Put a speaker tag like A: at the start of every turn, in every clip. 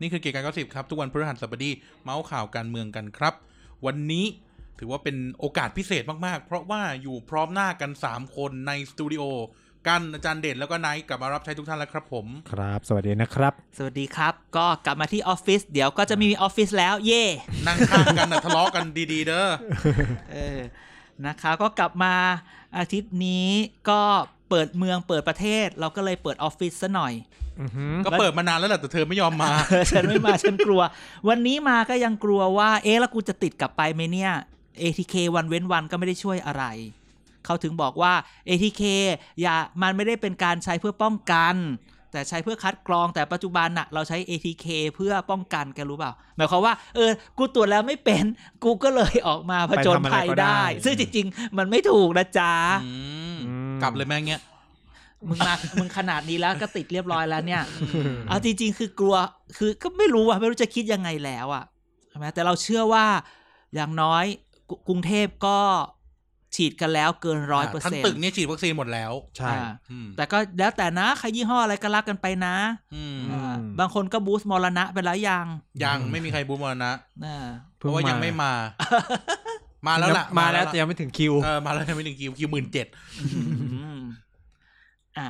A: นี่คือเกียร์การก็สิบครับ ทุกวันพฤหัสบดีเมาส์ข่าวการเมืองกันครับ วันนี้ถือว่าเป็นโอกาสพิเศษมากๆ เพราะว่าอยู่พร้อมหน้ากัน 3 คนในสตูดิโอกันอาจารย์เด่นแล้วก็ไนท์กลับมารับใช้ทุกท่านแล้วครับผม
B: ครับ สวัสดีนะครับ
C: สวัสดีครับ ก็กลับมาที่ออฟฟิศเดี๋ยวก็จะไมมีออฟฟิศแล้ว เย่
A: นั่งข้างกันนะทะเลาะกันดีๆ เด้อ
C: เออนะคะก็กลับมาอาทิตย์นี้ก็เปิดเมืองเปิดประเทศ เราก็เลยเปิดออฟฟิศซะหน่อย
B: อือหือ
A: ก็เปิดมานานแล้วแหละแต่เธอไม่ยอมมา
C: เออ ฉันไม่มา ฉันกลัว วันนี้มาก็ยังกลัวว่า เอ๊ะ แล้วกูจะติดกลับไปไหมเนี่ย ATK วันเว้นวันก็ไม่ได้ช่วยอะไร เขาถึงบอกว่า ATK อย่ามันไม่ได้เป็นการใช้เพื่อป้องกัน แต่ใช้เพื่อคัดกรองแต่ปัจจุบันน่ะ เราใช้ ATK เพื่อป้องกันแกรู้เปล่า หมายความว่าเออ กูตรวจแล้วไม่เป็น กูก็เลยออกมาผจญภัยได้ ซึ่งจริง ๆ มันไม่ถูกนะจ๊ะ
A: อืมกลับเลยแม่งเงี้ย
C: มึงมา มึงขนาดนี้แล้วก็ติดเรียบร้อยแล้วเนี่ย เอาจริงๆ คือกลัว คือก็ไม่รู้อะไม่รู้จะคิดยังไงแล้วอะใช่ไหมแต่เราเชื่อว่าอย่างน้อยกรุกรุงเทพก็ฉีดกันแล้วเกินร้อยเปอร์
A: ทั้ง
C: เซ็น
A: ตึก
C: ต์
A: เนี่ยฉีดวัคซีนหมดแล้ว
B: ใช่
A: อืม
C: แต่ก็แล้วแต่นะ ใครยี่ห้ออะไรก็รักกันไปนะ
A: อืม
C: อ่า
B: อืม
C: บางคนก็บูสต์มรณะไปแล้วยัง
A: ยังไม่มีใครบูมมรณะ
C: อ่า
A: เพราะว่ายังไม่มา มาแล้วล่ะ
B: มาแล้วแต่ยังไม่ถึงคิว
A: เออมาแล้วยังไม่ถึงคิวคิวหมื่นเจ็ด
C: อ่ะ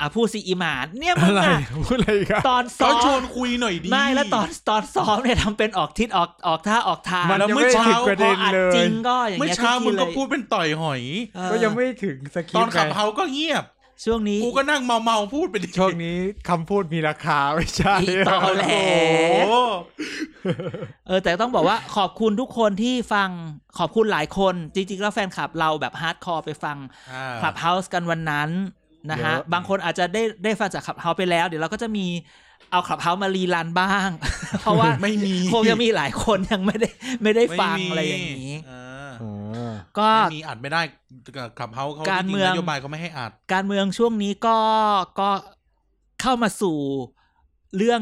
C: อ่ะพูดสิอีหมานเนี่ยมึง
B: อะไร
C: อะ
B: พูดอะไรอีครับ
C: ตอนซ้
A: ก็
C: อ
A: ชว
C: ม
A: นคุยหน่อยดี
C: ไม่แล้วตอนตอนซ้อมเนี่ยทำเป็นออกทิศออกออกท่าออกทาง
A: มัน แล้วเอเช้า
B: ยังไถึงประ
C: พอ
B: เด็น
C: อัด
B: เล
C: จริ
B: ย
C: งก็อย่าง
A: ไม่
C: เงี้ย
A: เช้า
C: ทุ
A: มึ
C: กที
A: งก็
C: เลย
A: พูดเป็นต่อยหอย
C: เออ
B: ก็ยังไม่ถึงสคริ
A: ต
B: ป
A: อน
B: ต์
A: ขับ
B: ไง
A: เฮาก็เงียบ
C: ช่วงนี้
A: กูก็นั่งเมาเมาๆพูดไปดิ
B: ช่วงนี้คำพูดมีราคาไม่ใช่
C: อีกต่อแหล้
A: โอ้โห
C: เออแต่ต้องบอกว่า ขอบคุณทุกคนที่ฟังขอบคุณหลายคนจริงๆแล้วแฟนคลับเราแบบฮาร์ดคอร์ไปฟัง
A: อ่า
C: คลับเฮาส์กันวันนั้นนะฮะ บางคนอาจจะได้ได้ฟังจากคลับเฮาส์ไปแล้ว เดี๋ยวเราก็จะมีเอาคลับเฮาส์มารีรันบ้าง เพราะว่า
A: ไม่มี
C: คงจะมีหลายคนยังไม่ได้ไม่ได้ฟัง
A: ม่มี
C: อะไรอย่างนี้
A: อ่า
B: อ๋อ
C: ก็
A: ไม่มีอัดไม่ได้ขับเฮาเขา
C: การเมือง
A: จๆนโยบายเขาไม่ให้อัด
C: การเมืองช่วงนี้ก็ก็เข้ามาสู่เรื่อง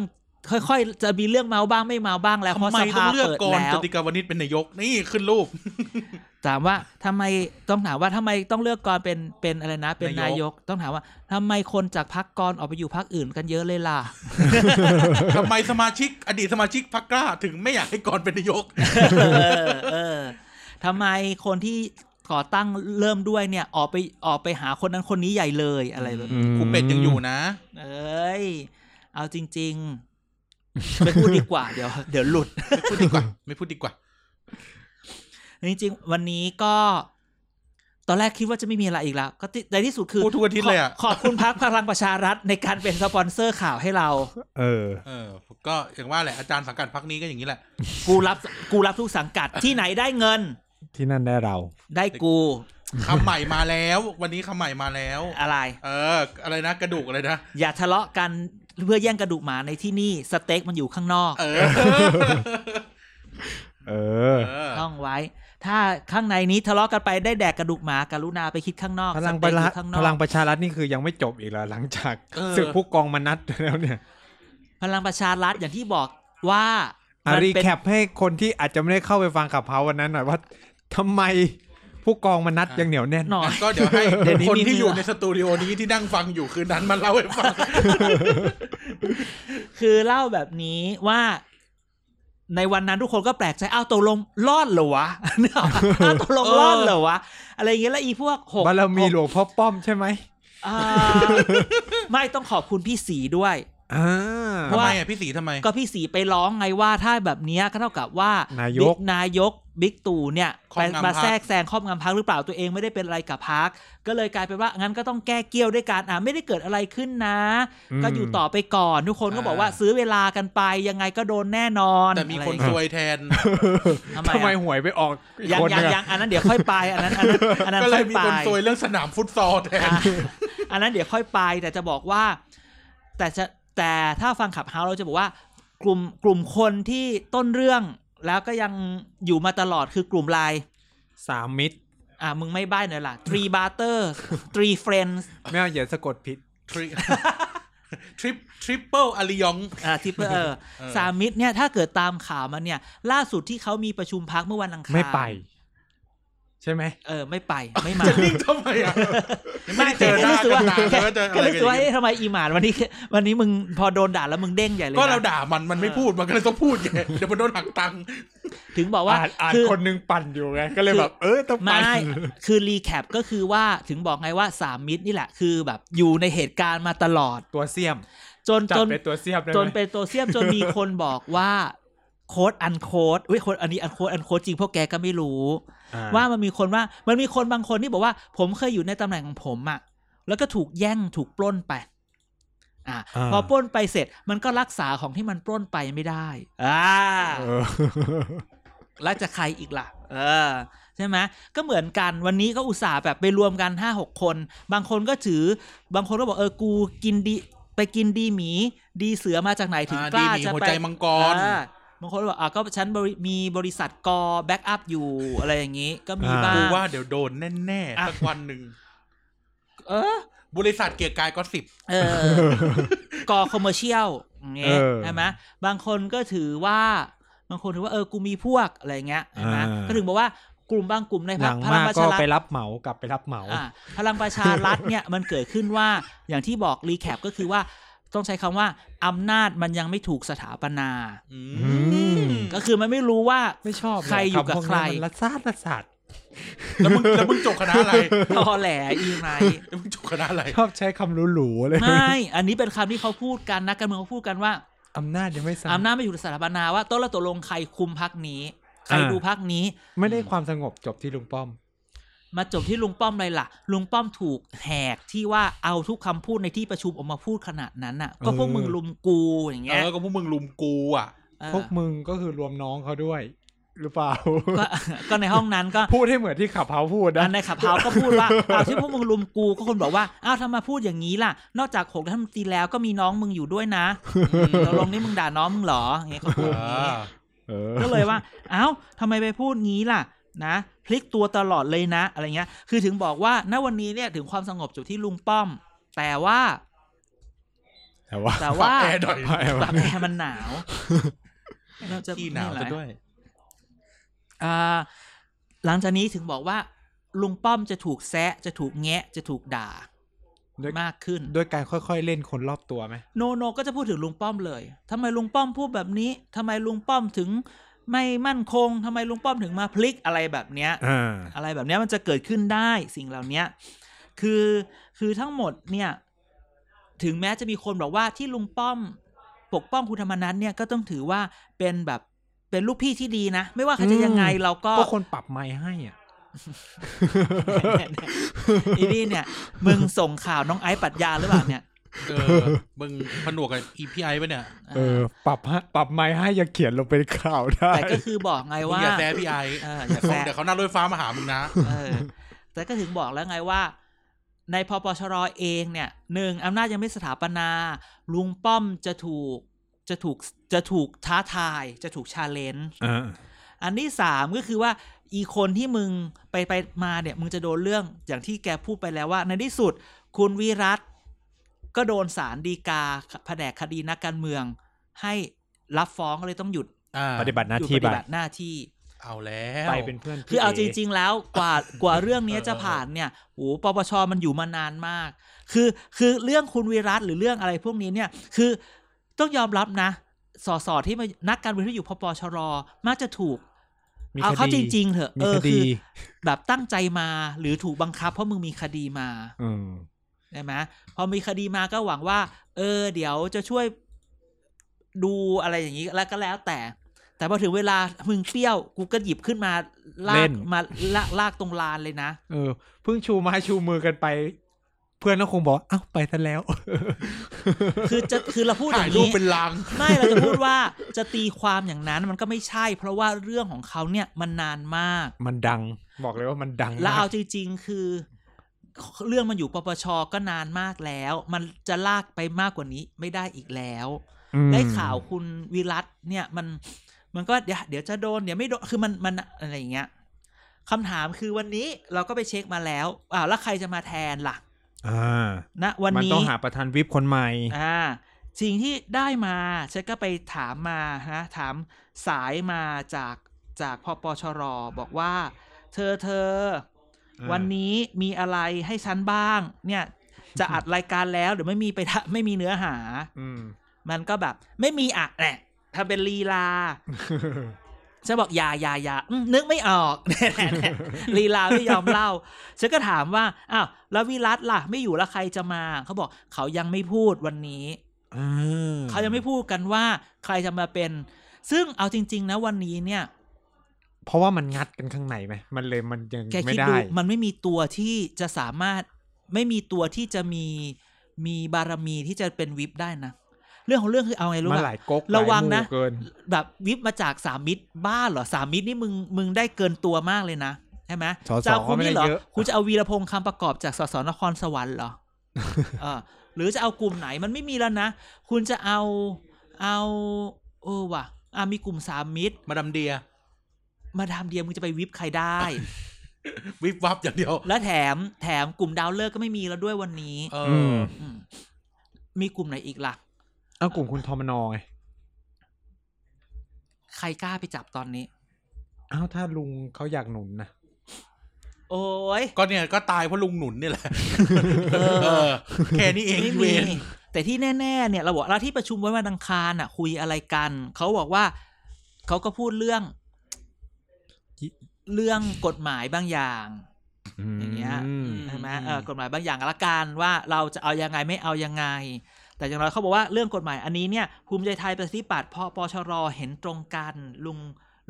C: ค่อยๆ จะมีเรื่องเมาบ้างไม่เมาบ้างแล้วเพ
A: ทำ
C: ราะ
A: ไม
C: ส
A: ต้อ
C: ภาง
A: เลือก
C: เปิด
A: ก่อน
C: แล้ว
A: จติกาวนิชเป็นนายกนี่ขึ้นรูป
C: ถามว่าทำไมต้องถามว่าทำไมต้องเลือกกรเป็นเป็นอะไรนะ เป็นนาน
A: ายย
C: ก
A: ก
C: ต้องถามว่าทำไมคนจากพักกรออกไปอยู่พักอื่นกันเยอะเลยล่ะ
A: ทำไมสมาชิก อดีตสมาชิกพรรคกล้าถึงไม่อยากให้ก่อนเป็นนายก
C: เออเออทำไมคนที่ก่อตั้งเริ่มด้วยเนี่ยออกไปออกไปหาคนนั้นคนนี้ใหญ่เลยอะไรแบบ
B: อืม
A: ครูเป็ดยังอยู่นะ
C: เอ้ย เอาจริง ๆ ไม่พูดดีกว่า เดี๋ยว เดี๋ยวหลุด
A: ไม่พูดดีกว่า ไม่พูดดีกว่า
C: จริงๆ วันนี้ก็ ตอนแรกคิดว่าจะไม่มีอะไรอีกแล้ว ก็ติในที่สุดคือ
A: พูดทุกอาทิตย์เลยอะ
C: ขขอบคุณพักพลังประชารัฐในการเป็นสปอนเซอร์ข่าวให้เรา
B: เออ
A: เออ ก็อย่างว่าแหละอาจารย์สังกัดพรรคนี้ก็อย่างนี้แหละ
C: กูรับกูรับทุกสังกัดที่ไหนได้เงิน
B: ที่นั่นได้เรา
C: ได้กู
A: คำใหม่มาแล้ว วันนี้คำใหม่มาแล้ว
C: อะไร
A: เออ อะไรนะกระดูกอะไรนะ
C: อย่าทะเลาะกันเพื่อแย่งกระดูกหมาในที่นี่สเต็กมันอยู่ข้างนอก
A: เออ
B: เออ
A: เออ
C: ต้องไว้ ถ้าข้างในนี้ทะเลาะกันไปได้แดกกระดูกหมากรุณาไปคิดข้างนอก
B: พลัง
C: ส
B: ป
C: เต็ก
B: ระ
C: อ
B: ชา
C: ยู่ข้างน
B: พ
C: อ
B: ลั
C: ก
B: งประชารัฐนี่คือยังไม่จบอีกแล้วหลังจาก
A: เออ
B: ศึกผู้กองมนัดแล้วเนี่ย
C: พลังประชารัฐอย่างที่บอกว่า
B: อารี
C: เป็น
B: แคปให้คนที่อาจจะไม่ได้เข้าไปฟังขับเฮาวันนั้นหน่อยว่าทำไมผู้กองมนัดยังเหนียวแน่น
C: หน่อย
A: ก็เดี๋ยวให้
C: เดี๋ยวนี้
A: คน
C: มี
A: ที่อยู่
C: เวลา
A: ในสตูดิโอนี้ที่นั่งฟังอยู่คืนนั้นมาเล่าให้ฟัง
C: คือเล่าแบบนี้ว่า ในวันนั้นทุกคนก็แปลกใจอ้าวตกลงรอดเหรอ วะ เนี่ยอ้าวตกลงรอดเหรอวะ อะไรอย่างเงี้ยแล้วอีพวกหก
B: บารมีหล
C: ก
B: วงพ่อป้อมใช่ไหม
C: อ่า ไม่ต้องขอบคุณพี่สีด้วย
B: อ่า
A: ทำไมอ่ะพี่สีทำไม
C: ก็พี่สีไปร้องไงว่าถ้าแบบเนี้ยก็เท่ากับว่าน
B: ายก
C: บิ๊กนายกบิ๊กตู่เนี่ย
A: ครอบงำพรรค
C: มาแทรกแซงครอบงำพักหรือเปล่าตัวเองไม่ได้เป็นอะไรกับพักก็เลยกลายเป็นว่างั้นก็ต้องแก้เกี้ยวด้วยการอ่ะไม่ได้เกิดอะไรขึ้นนะ ก็อยู่ต่อไปก่อน ทุกคนก็บอกว่าซื้อเวลากันไปยังไงก็โดนแน่นอน
A: แต่มีคน
C: อะไร
A: ซ
C: อย่างเงี้ย
A: วยแทน
C: ทำไม
B: ทำไม
C: อะ
B: หวยไปออกอีก
C: ยัง
B: คน
C: ยั
B: นึ
C: ง
B: ง
C: ยั
B: อะ
C: งอันนั้นเดี๋ยวค่อยไปอันนั้นอันนั้นอันนั้น
A: ก็เล
C: ค่อย
A: ยมี
C: ไป
A: คนซวยเรื่องสนามฟุตซอลแทน
C: อ่ะ อันนั้นเดี๋ยวค่อยไปแต่จะบอกว่า แต่จะแต่ถ้าฟังขับเฮาเราจะบอกว่า กลุ่มกลุ่มคนที่ต้นเรื่องแล้วก็ยังอยู่มาตลอดคือกลุ่มไลน์
B: สามมิตร
C: อ่ะมึงไม่บ้าหน่อยล่ะ three butter three friends
B: ไม่เอาอย่าสะกดผิด
A: ทริ ทริปทริปเปิลอาริยอง
C: อ่าทิปเออ
A: เออ
C: สามมิตรเนี่ยถ้าเกิดตามข่าวมันเนี่ย ล่าสุดที่เขามีประชุมพักเมื่อวันอังคาร
B: ไม่ไป ใช่ไหม
C: เออไม่ไปไม่มา
A: จะนิ่งทำไมอ่ะยังไม่ได้เจอหน้า
C: รู้สึก
A: กั
C: ว่าน
A: นานแล้วจะ
C: แค่
A: อะ
C: รู้
A: ไรกัน
C: สึกว่า
A: อี
C: เอ๊ะ
A: ก
C: ทำไมอีหมานวันนี้ วันนี้มึงพอโดนด่าแล้วมึงเด้งใหญ่เลย
A: ก็
C: นะ
A: เราด่ามันมันไม่
C: เออ
A: พูดมันก็เลยต้องพูดไงเดี๋ยวมันโดนหักตังค์
C: ถึงบอกว่า
B: อ่านอ่าน
C: คือ
B: คนหนึงปั่นอยู่ไง ก็เลย
C: คือ
B: แบบ เออต้อง
C: ไม่
B: ปั่น
C: คือรีแคปก็คือว่าถึงบอกไงว่าสามมิตรนี่แหละคือแบบอยู่ในเหตุการณ์มาตลอด
B: ตัวเสียม
C: จน
B: จัด
C: จน
B: เป็นตัวเสียม
C: จ
B: ได้ไห
C: น
B: ม
C: เป็นตัวเสียมจนมีคนบอกว่าโค้ดอันโค้ดอุ้ยโค้ดอันนี้อันโค้ดอันโค้ดจริงพวกแกก็ไม่รู้
B: อ่
C: ว่ามันมีคนว่ามันมีคนบางคนที่บอกว่า ผมเคยอยู่ในตำแหน่งของผมอะแล้วก็ถูกแย่งถูกปล้นไป อ่ะ
B: า
C: พอปล้นไปเสร็จมันก็รักษาของที่มันปล้นไปไม่ได้ อ่า
B: เออ
C: แล้วจะใครอีกล่ะ เออ ใช่ไหมก็เหมือนกันวันนี้ก็อุตส่าห์แบบไปรวมกันห้าหกคน บางคนก็ถือ บางคนก็บอกเออกูกินดี ไปกินดีหมี ดีเสือมาจากไหนถึง
A: อ่าก
C: ล้า
A: ดีหมี
C: จะ
A: หัว
C: ไป
A: ใจมังกร
C: อ่าบางคนก็บอกอ่ะก็ฉันบริมีบริษัทกอแบ็กอัพอยู่อะไรอย่างนี้ ก็มี
B: อ่า
C: บ้าง
A: กูว่าเดี๋ยวโดนแน่ๆ
C: อ่ะ
A: สักวันหนึ่ง
C: เออ
A: บริษัทเกียร์กายก็สิบ
C: เออกอคอมเมอร์เชียลเงี้ย
B: เออ
C: ใช่ไหมบางคนก็ถือว่า บางคนถือว่าเออกูมีพวกอะไรเงี้ยใช่ไหม
B: อ่า
C: ก็ถึงบอกว่ากลุ่มบางกลุ่มในพ
B: ห
C: รร
B: ลั
C: ค
B: ง
C: พลั
B: มาง ก
C: ประ
B: ก็
C: ชารัฐ
B: ไปรับเหมา กลับไปรับเหมา
C: อ่าพลังประชารัฐเนี่ยมันเกิดขึ้นว่าอย่างที่บอกรีแคปก็คือว่าต้องใช้คำว่าอำนาจมันยังไม่ถูกสถาปนา
A: อื
B: อื
A: ม
B: ม
C: ก็คือมันไม่รู้ว่า
B: ไม่ชอบเล
C: ใครอยู่กับ
B: ำพว
C: ใคร
B: นั้นมันละซาดละสัด
A: แล้วมึงแล้วมึงจบคณะ อะไร
C: ตอแหลอีไหม
A: แล้วมึงจบคณะอะไร
B: ชอบใช้คำหรูๆเลย
C: ไม่ อันนี้เป็นคำที่เขาพูดกันนะการเมืองเขาพูดกันว่า
B: อำนาจยังไม่สา
C: อำนาจไม่อยู่ในสถาปนาว่าต้นและตกลงใครคุมพักนี้ ใครดูพักนี้
B: ไม่ได้ความสงบจบที่ลุงป้อม
C: มาจบที่ลุงป้อมเลยล่ะ ลุงป้อมถูกแหกที่ว่าเอาทุกคำพูดในที่ประชุมออกมาพูดขนาดนั้นน่ะ ก็พวกมึงลุมกูอย่าง
A: เอ
C: เงี้ย
A: อ ก็พวกมึงลุมกูอ่ะ
C: เออ
B: พวกมึงก็คือรวมน้องเขาด้วย หรือเปล่า
C: ก็ ก็ในห้องนั้นก็
B: พูดให้เหมือนที่ขับเฮาพูดนะ
C: อันในขับเฮาก็พูดว่า เอาที่พวกมึงลุมกูก็คนบอกว่าอ้าวทำไมพูดอย่างนี้ล่ะ นอกจากหกท่านตีแล้วก็มีน้องมึงอยู่ด้วยนะอืมตกลงนี่มึงด่าน้องมึงเหรออย่างเงี้ยเขาพูดอย่างงี้
B: เออ
C: ก็เลยว่า เอ้าทำไมไปพูดงี้ล่ะ นะ พลิกตัวตลอดเลยนะ อะไรเงี้ย คือถึงบอกว่า ณ วันนี้เนี่ย ถึงความสงบจุดที่ลุงป้อม แต่ว่า
B: แต่ว่า
C: แต่
A: ฝา
C: ว่าก
A: แอร์หน่อย
C: ปรับแอร์มันหนาว เราจะ
A: ที่หนาวซะด้วย
C: อ่า หลังจากนี้ถึงบอกว่า ลุงป้อมจะถูกแซะ จะถูกแงะ จะถูกด่า
B: ด้วย
C: มากขึ้น
B: ด้วยการค่อยๆเล่นคนรอบตัวไหม
C: โนโนก็จะพูดถึงลุงป้อมเลย ทำไมลุงป้อมพูดแบบนี้ ทำไมลุงป้อมถึงไม่มั่นคง ทำไมลุงป้อมถึงมาพลิกอะไรแบบเนี้ ย
B: อ่า
C: อะไรแบบเนี้ยมันจะเกิดขึ้นได้สิ่งเหล่าเนี้ยคือคือทั้งหมดเนี่ย ถึงแม้จะมีคนบอกว่าที่ลุงป้อม ปกป้องคุณธรรมนัทเนี่ยก็ต้องถือว่าเป็นแบบเป็นลูกพี่ที่ดีนะ ไม่ว่าใครจะยังไง
B: อืม
C: เราก็
B: ก็คนปรับไม้ให้อ่ะ
C: เนี่ยเนี่ยอีนี่เนี่ย มึงส่งข่าวน้องไอซ์ปรัดยาหรือเปล่าเนี่ย
A: เออ มึงผนวกกับอีพีไอปะเนี่ย
B: เออ ปรับฮะปรับไม้ให้ยังเขียนลงเป็นข่าวได้
C: แต่ก็คือบอกไง
A: มึง
C: ว่า
A: อย่าแซ่พี่ไอ
C: เอออย่าแซะ
A: เดี๋ยวเขานั่งรถไฟฟ้ามาหามึงนะ
C: เออแต่ก็ถึงบอกแล้วไงว่า ในพปชรเองเนี่ยหนึ่งอำนาจยังไม่สถาปนา ลุงป้อมจะถูกจะถูกจะถูกท้าทาย จะถูกชาเลนจ์
B: อ่า
C: อันที่สามก็คือว่าอีคนที่มึงไปไปมาเนี่ย มึงจะโดนเรื่องอย่างที่แกพูดไปแล้วว่า ในที่สุดคุณวิรัตก็โดนสารดีกาแผนกคดีนักการเมือง ให้รับฟ้องก็เลยต้องหยุด
A: อ่า
B: ปฏิบัติหน้า
C: หยุดป
B: ที่
C: ฏิ
B: ไป
C: บัติหน้าที่
A: เอาแล้ว
B: ไปเป็นเพื่อน
C: คือเอาจริง ๆ แล้วกว่ากว่าเรื่องเนี้ยจะผ่านเนี่ยโอ้โหปปชมันอยู่มานานมาก คือคือเรื่องคุณวิรัตหรือเรื่องอะไรพวกนี้เนี่ย คือต้องยอมรับนะสสที่มานักการเมืองที่อยู่พปชรมักจะถูก
B: ๆมี
C: เอา
B: ค
C: เข้าจ
B: ดี
C: ริง ๆเถอะ
B: มี
C: เอ
B: ค
C: อคื
B: ดี
C: อแบบตั้งใจมาหรือถูกบังคับเพราะมึงมีคดีมา
B: เออ
C: ใช่ไหมพอมีคดีมาก็หวังว่า เออ เดี๋ยวจะช่วยดูอะไรอย่างนี้แล้วก็แล้วแต่ แต่พอถึงเวลามึงเปรี้ยวกูก็หยิบขึ้นมาลา
B: เล่
C: ก
B: น
C: มาลากลากตรงลานเลยนะ
B: เออ เพิ่งชูไม้ชูมือกันไป เพื่อนก็คงบอกว่าเอ้าไปซะแล้ว
C: คือจะคือเราพูดอ
A: ถ่าย
C: ย่าง
A: รูป
C: นี้
A: เป็นลาง
C: ไม่เราจะพูดว่าจะตีความอย่างนั้นมันก็ไม่ใช่ เพราะว่าเรื่องของเขาเนี่ยมันนานมาก
B: มันดัง บอกเลยว่ามันดัง
C: แล้วเอา
B: มก
C: จริงๆคือ เรื่องมันอยู่ปปชก็นานมากแล้ว มันจะลากไปมากกว่านี้ไม่ได้อีกแล้ว
B: อืม
C: ได้ข่าวคุณวิรัตเนี่ยมันมันก็เดี๋ยวเดี๋ยวจะโดนเดี๋ยวไม่โดนคือมันมันอะไรอย่างเงี้ยคำถามคือวันนี้เราก็ไปเช็คมาแล้วอ้าวแล้วใครจะมาแทนล่ะ
B: อ่า
C: ณวัน
B: มัน
C: นี้
B: ต้องหาประธานวิปคนใหม่
C: อ่าสิ่งที่ได้มาฉันก็ไปถามมานะถามสายมาจากจากพปชรบอกว่า เธอเธอ
B: อ่า
C: วันนี้มีอะไรให้ฉันบ้าง เนี่ย จะอัดรายการแล้วเดี๋ยวไม่มีไปทะไม่มีเนื้อหา
B: อืม
C: มันก็แบบ ไม่มีอ่ะแหละทำเป็นลีลาฉันบอกอยาอยาอยาอืมนึกไม่ออก ลีลาไม่ยอมเล่า ฉันก็ถามว่าอ้าวแล้ววิรัตล่ะ ไม่อยู่แล้วใครจะมา เขาบอกเขายังไม่พูดวันนี้
B: อ่า
C: เขายังไม่พูดกันว่าใครจะมาเป็น ซึ่งเอาจริง ๆ นะวันนี้เนี่ย
B: เพราะว่ามันงัดกันข้างในไหมมันเลยมันยัง
C: แก
B: ไม่
C: คิด
B: ได้
C: ดูมันไม่มีตัวที่จะสามารถไม่มีตัวที่จะมีมีบารมีที่จะเป็นวิปได้นะ เรื่องของเรื่องคือเอาไงรู้
B: มันห
C: ป่ะ
B: ลายก๊ก
C: ระวัง
B: หลายหมู่
C: นะ
B: เกิน
C: แบบวิปมาจากสามมิตรบ้าเหรอสามมิตรนี่มึงมึงได้เกินตัวมากเลยนะใช่ไหม
B: สส
C: จะเอาคนนี้เหรอ
B: ก็ไม่ได้เยอะ
C: คุณจะเอาวีรพงษ์คำประกอบจากสสนครสวรรค์เหร อ เออหรือจะเอากลุ่มไหนมันไม่มีแล้วนะ คุณจะเอาเอาเออว่ะอ่ะมีกลุ่มสามมิตร
A: มาดามเดีย
C: มาดามเดียมึงจะไปวิปใครได้
A: วิบวับอย่างเดียว
C: และแถมแถมกลุ่มดาวเลิกษ์ก็ไม่มีแล้วด้วยวันนี้
A: เอ
B: อื
A: อ
B: ม
C: อืมมีกลุ่มไหนอีกล่ะ
B: เอากลุ่มคุณทอมนอไง
C: ใครกล้าไปจับตอนนี้
B: อ้าวถ้าลุงเขาอยากหนุนนะ
C: โอ้ย
A: ก็เนี่ยก็ตายเพราะลุงหนุนเนี่ยแหละ
C: เอ
A: เอ
C: อ
A: อ แค่นี้เอง
C: ไม่
A: เว
C: มี
A: ร
C: แต่ที่แน่ ๆ เนี่ยเราบอกเราที่ประชุมไว้วันอังคารอ่ะ คุยอะไรกัน เขาบอกว่าเขาก็พูดเรื่องเรื่องกฎหมายบางอย่าง อย่างเงี้ย
B: ม
C: ใช่ไหมเออกฎหมายบางอย่างละกันว่าเราจะเอายังไงไม่เอายังไง แต่อย่างไรเขาบอกว่าเรื่องกฎหมายอันนี้เนี่ยภูมิใจไทยประชาธิปัตย์พอปชรเห็นตรงกันลุง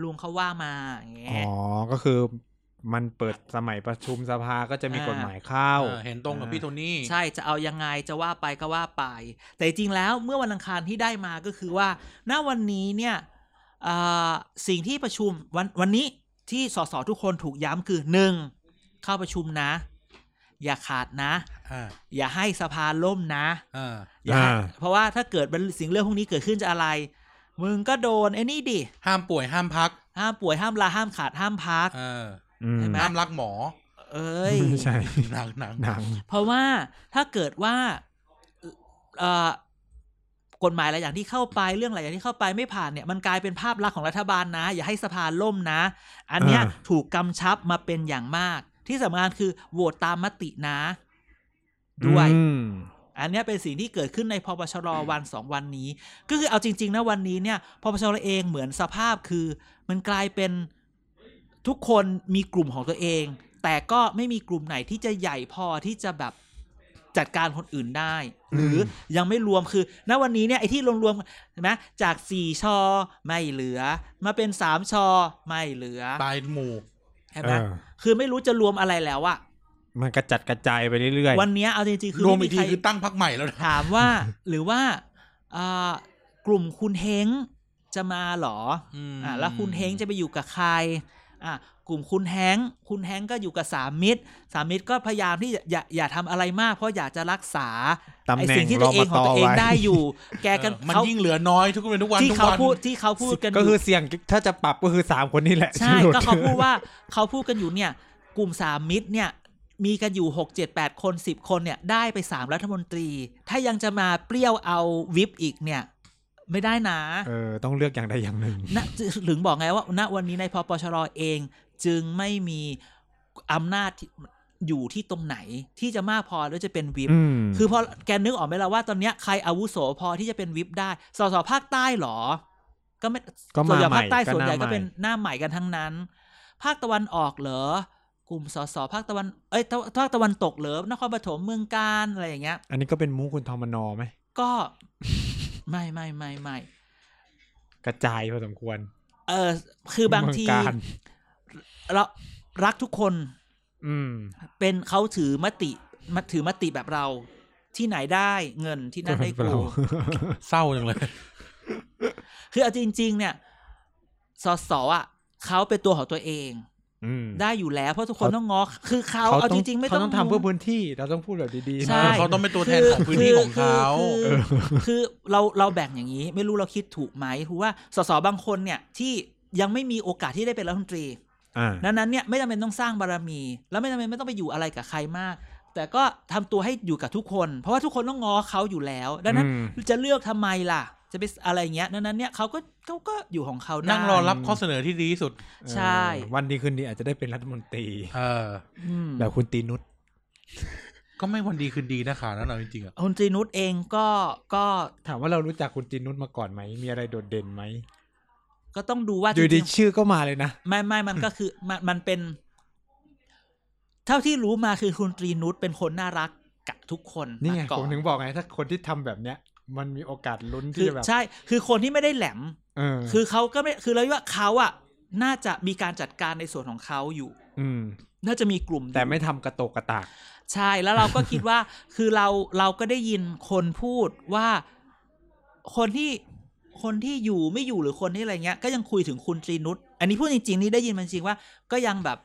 C: ลุงเขาว่ามาอย่างเงี้ย
B: อ๋อก็คือมันเปิดสมัยประชุมสภาก็จะมี
C: อ่า
B: กฎหมายเข้า
A: เออเห็นตรงกับพี่โทนี่
C: ใช่จะเอายังไงจะว่าไปก็ว่าไป แต่จริงๆแล้วเมื่อวันอังคารที่ได้มาก็คือว่า ณวันนี้เนี่ยเอ่อสิ่งที่ประชุมวันวันนี้ที่สสทุกคนถูกย้ำคือหนึ่งเข้าประชุมนะ อย่าขาดนะ
A: อ่า
C: อย่าให้สภาล่มนะ
A: อ่า
C: อย่าให้เพราะว่าถ้าเกิดเป็นสิ่งเรื่องพวกนี้เกิดขึ้นจะอะไร มึงก็โดนไอ้นี่ดิ
A: ห้ามป่วยห้ามพัก
C: ห้ามป่วยห้ามลาห้ามขาดห้ามพัก
A: เออ
B: อืม
C: ใช่ไหม
A: ห้ามรักหมอ
C: เอ้ย
B: ใช่
A: หนังหนัง
B: หนัง
C: เพราะว่าถ้าเกิดว่าเอ่อกฎหมายอะไรอย่างที่เข้าไปเรื่องอะไรอย่างที่เข้าไปไม่ผ่านเนี่ย มันกลายเป็นภาพลักษณ์ของรัฐบาลนะ อย่าให้สภาล่มนะ อันเนี้ย
B: อ่า
C: ถูกกำชับมาเป็นอย่างมาก ที่สำคัญคือโหวตตามมตินะ ด้วย
B: อืม
C: อันเนี้ยเป็นสิ่งที่เกิดขึ้นในพปชรวันสองวันนี้ ก็คือเอาจริง ๆ นะวันนี้เนี่ยพปชรเองเหมือนสภาพคือ มันกลายเป็นทุกคนมีกลุ่มของตัวเอง แต่ก็ไม่มีกลุ่มไหนที่จะใหญ่พอที่จะแบบจัดการคนอื่นได้ หรือยังไม่รวมคือ ณวันนี้เนี่ยไอ้ที่รวมๆเห็นไหมจากสี่ชอไม่เหลือ มาเป็นสามชอไม่เหลือ
A: ตายหมู่
C: เห็น
B: เอ
C: ไหม
B: อ
C: คือไม่รู้จะรวมอะไรแล้วอะ
B: มันกระจัดกระจายไปเรื่อยๆ
C: วันเนี้ยเอาจริงๆคือ
A: รวมอีกที
C: ไใค
A: คือตั้งพักใหม่แล้วนะ
C: ถามว่า หรือว่าเอ่อกลุ่มคุณเฮงจะมาเหรออ่าแล้วคุณเฮงจะไปอยู่กับใครอ่ากลุ่มคุณแฮงคุณแฮงก็อยู่กับสามมิตร สามมิตรก็พยายามที่อย่าอย่าทำอะไรมาก เพราะอยากจะรักษา
B: ตำแหน่ง
C: ไอ้สิ่งที่ตัวเองของตัวเอง
B: รอมาต่อไว้
C: ได้ อยู่ แก
A: แก
C: กั
A: กัน นมัน
C: เขา
A: ยิ่งเหลือน้อยทุกวันทุกวัน
C: ที่
A: ทุก
C: เขา
A: วัน
C: พูดที่เขาพูดกัน
B: ก็
C: ยู่
B: คือเสี่ยงถ้าจะปรับก็คือสามคนนี่แหละ
C: ใช่
B: ที่หลุด
C: ก็เขาพูดว่า เขาพูดกันอยู่เนี่ย กลุ่มสามมิตรเนี่ย มีกันอยู่หกเจ็ดแปดคนสิบคนเนี่ย ได้ไปสามรัฐมนตรี ถ้ายังจะมาเปรี้ยวเอาวิปอีกเนี่ย ไม่ได้นะ
B: เออต้องเลือกอย่างใดอย่างหนึ่ง
C: นะถึงบอกไงว่าณวันนี้ในพปชรเอง จึงไม่มีอำนาจที่อยู่ที่ตรงไหนที่จะมากพอแล้วจะเป็นวิป
B: อืม
C: คือพอแกนึกออกไหมล่ะว่าตอนเนี้ยใครอาวุโสพอที่จะเป็นวิปได้สสภาคใต้เหรอ ก็ไม่
B: ก็
C: ส่วให
B: มาน
C: ญ่
B: ใหม่
C: ภาคใต้ส่วนใหญ่
B: า
C: ก็เป็น
B: ใม่
C: หน้าใหม่กันทั้งนั้น ภาคตะวันออกเหรอ กลุ่มสสภาคตะวัน เอ้ยตะภาคตะวันตกเหรอนครปฐมเมืองการอะไรอย่างเงี้ย
B: อันนี้ก็เป็นมุกคุณทอมนอไหม
C: ก็ ไม่ไม่ไม่ไม่
B: กระจายพอสมควร
C: เออคือบางที
B: เมืการ
C: เรารักทุกคน
B: อืม
C: เป็นเขาถือมติมาถือมติแบบเรา ที่ไหนได้เงินที่นั่นได้กู
A: เศร้าจังเลย
C: คือเอาจริง ๆ เนี่ย สสอ่ะเขาเป็นตัวของตัวเอง
B: อืม
C: ได้อยู่แล้ว เพราะทุกคนต้องงอคือเขาเอาจริงๆไม่
B: เขาต้องทำเพื่อพื้นที่เราต้องพูดแบบดีๆ
C: ใช่
B: นะ
A: เขาต้องเป็นตัวแทนของพื้นที่ของเขา
C: คือคือคือเราเราแบ่งอย่างนี้ ไม่รู้เราคิดถูกไหมคือว่าสสบางคนเนี่ยที่ยังไม่มีโอกาสที่ได้เป็นรัฐมนตรี
B: อ่า
C: ดังนั้นเนี่ยไม่จำเป็นต้องสร้างบารมี แล้วไม่จำเป็นไม่ต้องไปอยู่อะไรกับใครมาก แต่ก็ทำตัวให้อยู่กับทุกคน เพราะว่าทุกคนต้องง้อเขาอยู่แล้ว ดังนั้น
B: อืม
C: จะเลือกทำไมล่ะ จะไปอะไรเงี้ยดังนั้นเนี่ยเขาก็เขาก็อยู่ของเขาได้
A: นั่งรอรับข้อเสนอที่ดีที่สุด
C: ใช่
B: เออวันดีคืนดีอาจจะได้เป็นรัฐมนตรี
A: เออ
C: อืม
B: แบบคุณตีนุช
A: ก็ไม่วันดีคืนดีนะขานั้นเราจริงๆอ่ะ
C: คุณตรีนุชเองก็ก็
B: ถามว่าเรารู้จักคุณตีนุชมาก่อนไหม มีอะไรโดดเด่นไหม
C: ก็ต้องดูว่า
B: อยู่
C: จ
B: ดี
C: ริง
B: ชื่อก็มาเลยนะ
C: ๆไม่ไม่มันก็คือมันมันเป็น เท่าที่รู้มาคือคุณตรีนุชเป็นคนน่ารักกับทุกคน
B: นี่ไง
C: มาก่อ
B: ผมถึงบอกไง ถ้าคนที่ทำแบบเนี้ย มันมีโอกาสลุ้น
C: คือ
B: ที่จะแบบ
C: ใช่ คือคนที่ไม่ได้แหลม
B: เออ
C: คือเขาก็ไม่คือเราว่าเขาอะน่าจะมีการจัดการในส่วนของเขาอยู่
B: อืม
C: น่าจะมีกลุ่มอยู่
B: แต่ไม่ทำกระโตกกระตาก
C: ใช่แล้วเราก็คิดว่า คือเราเราก็ได้ยินคนพูดว่าคนที่คนที่อยู่ไม่อยู่หรือคนที่อะไรเงี้ย ก็ยังคุยถึงคุณตรีนุชอันนี้พูดจริงๆนี่ได้ยินมันจริงว่า ก็ยังแบบ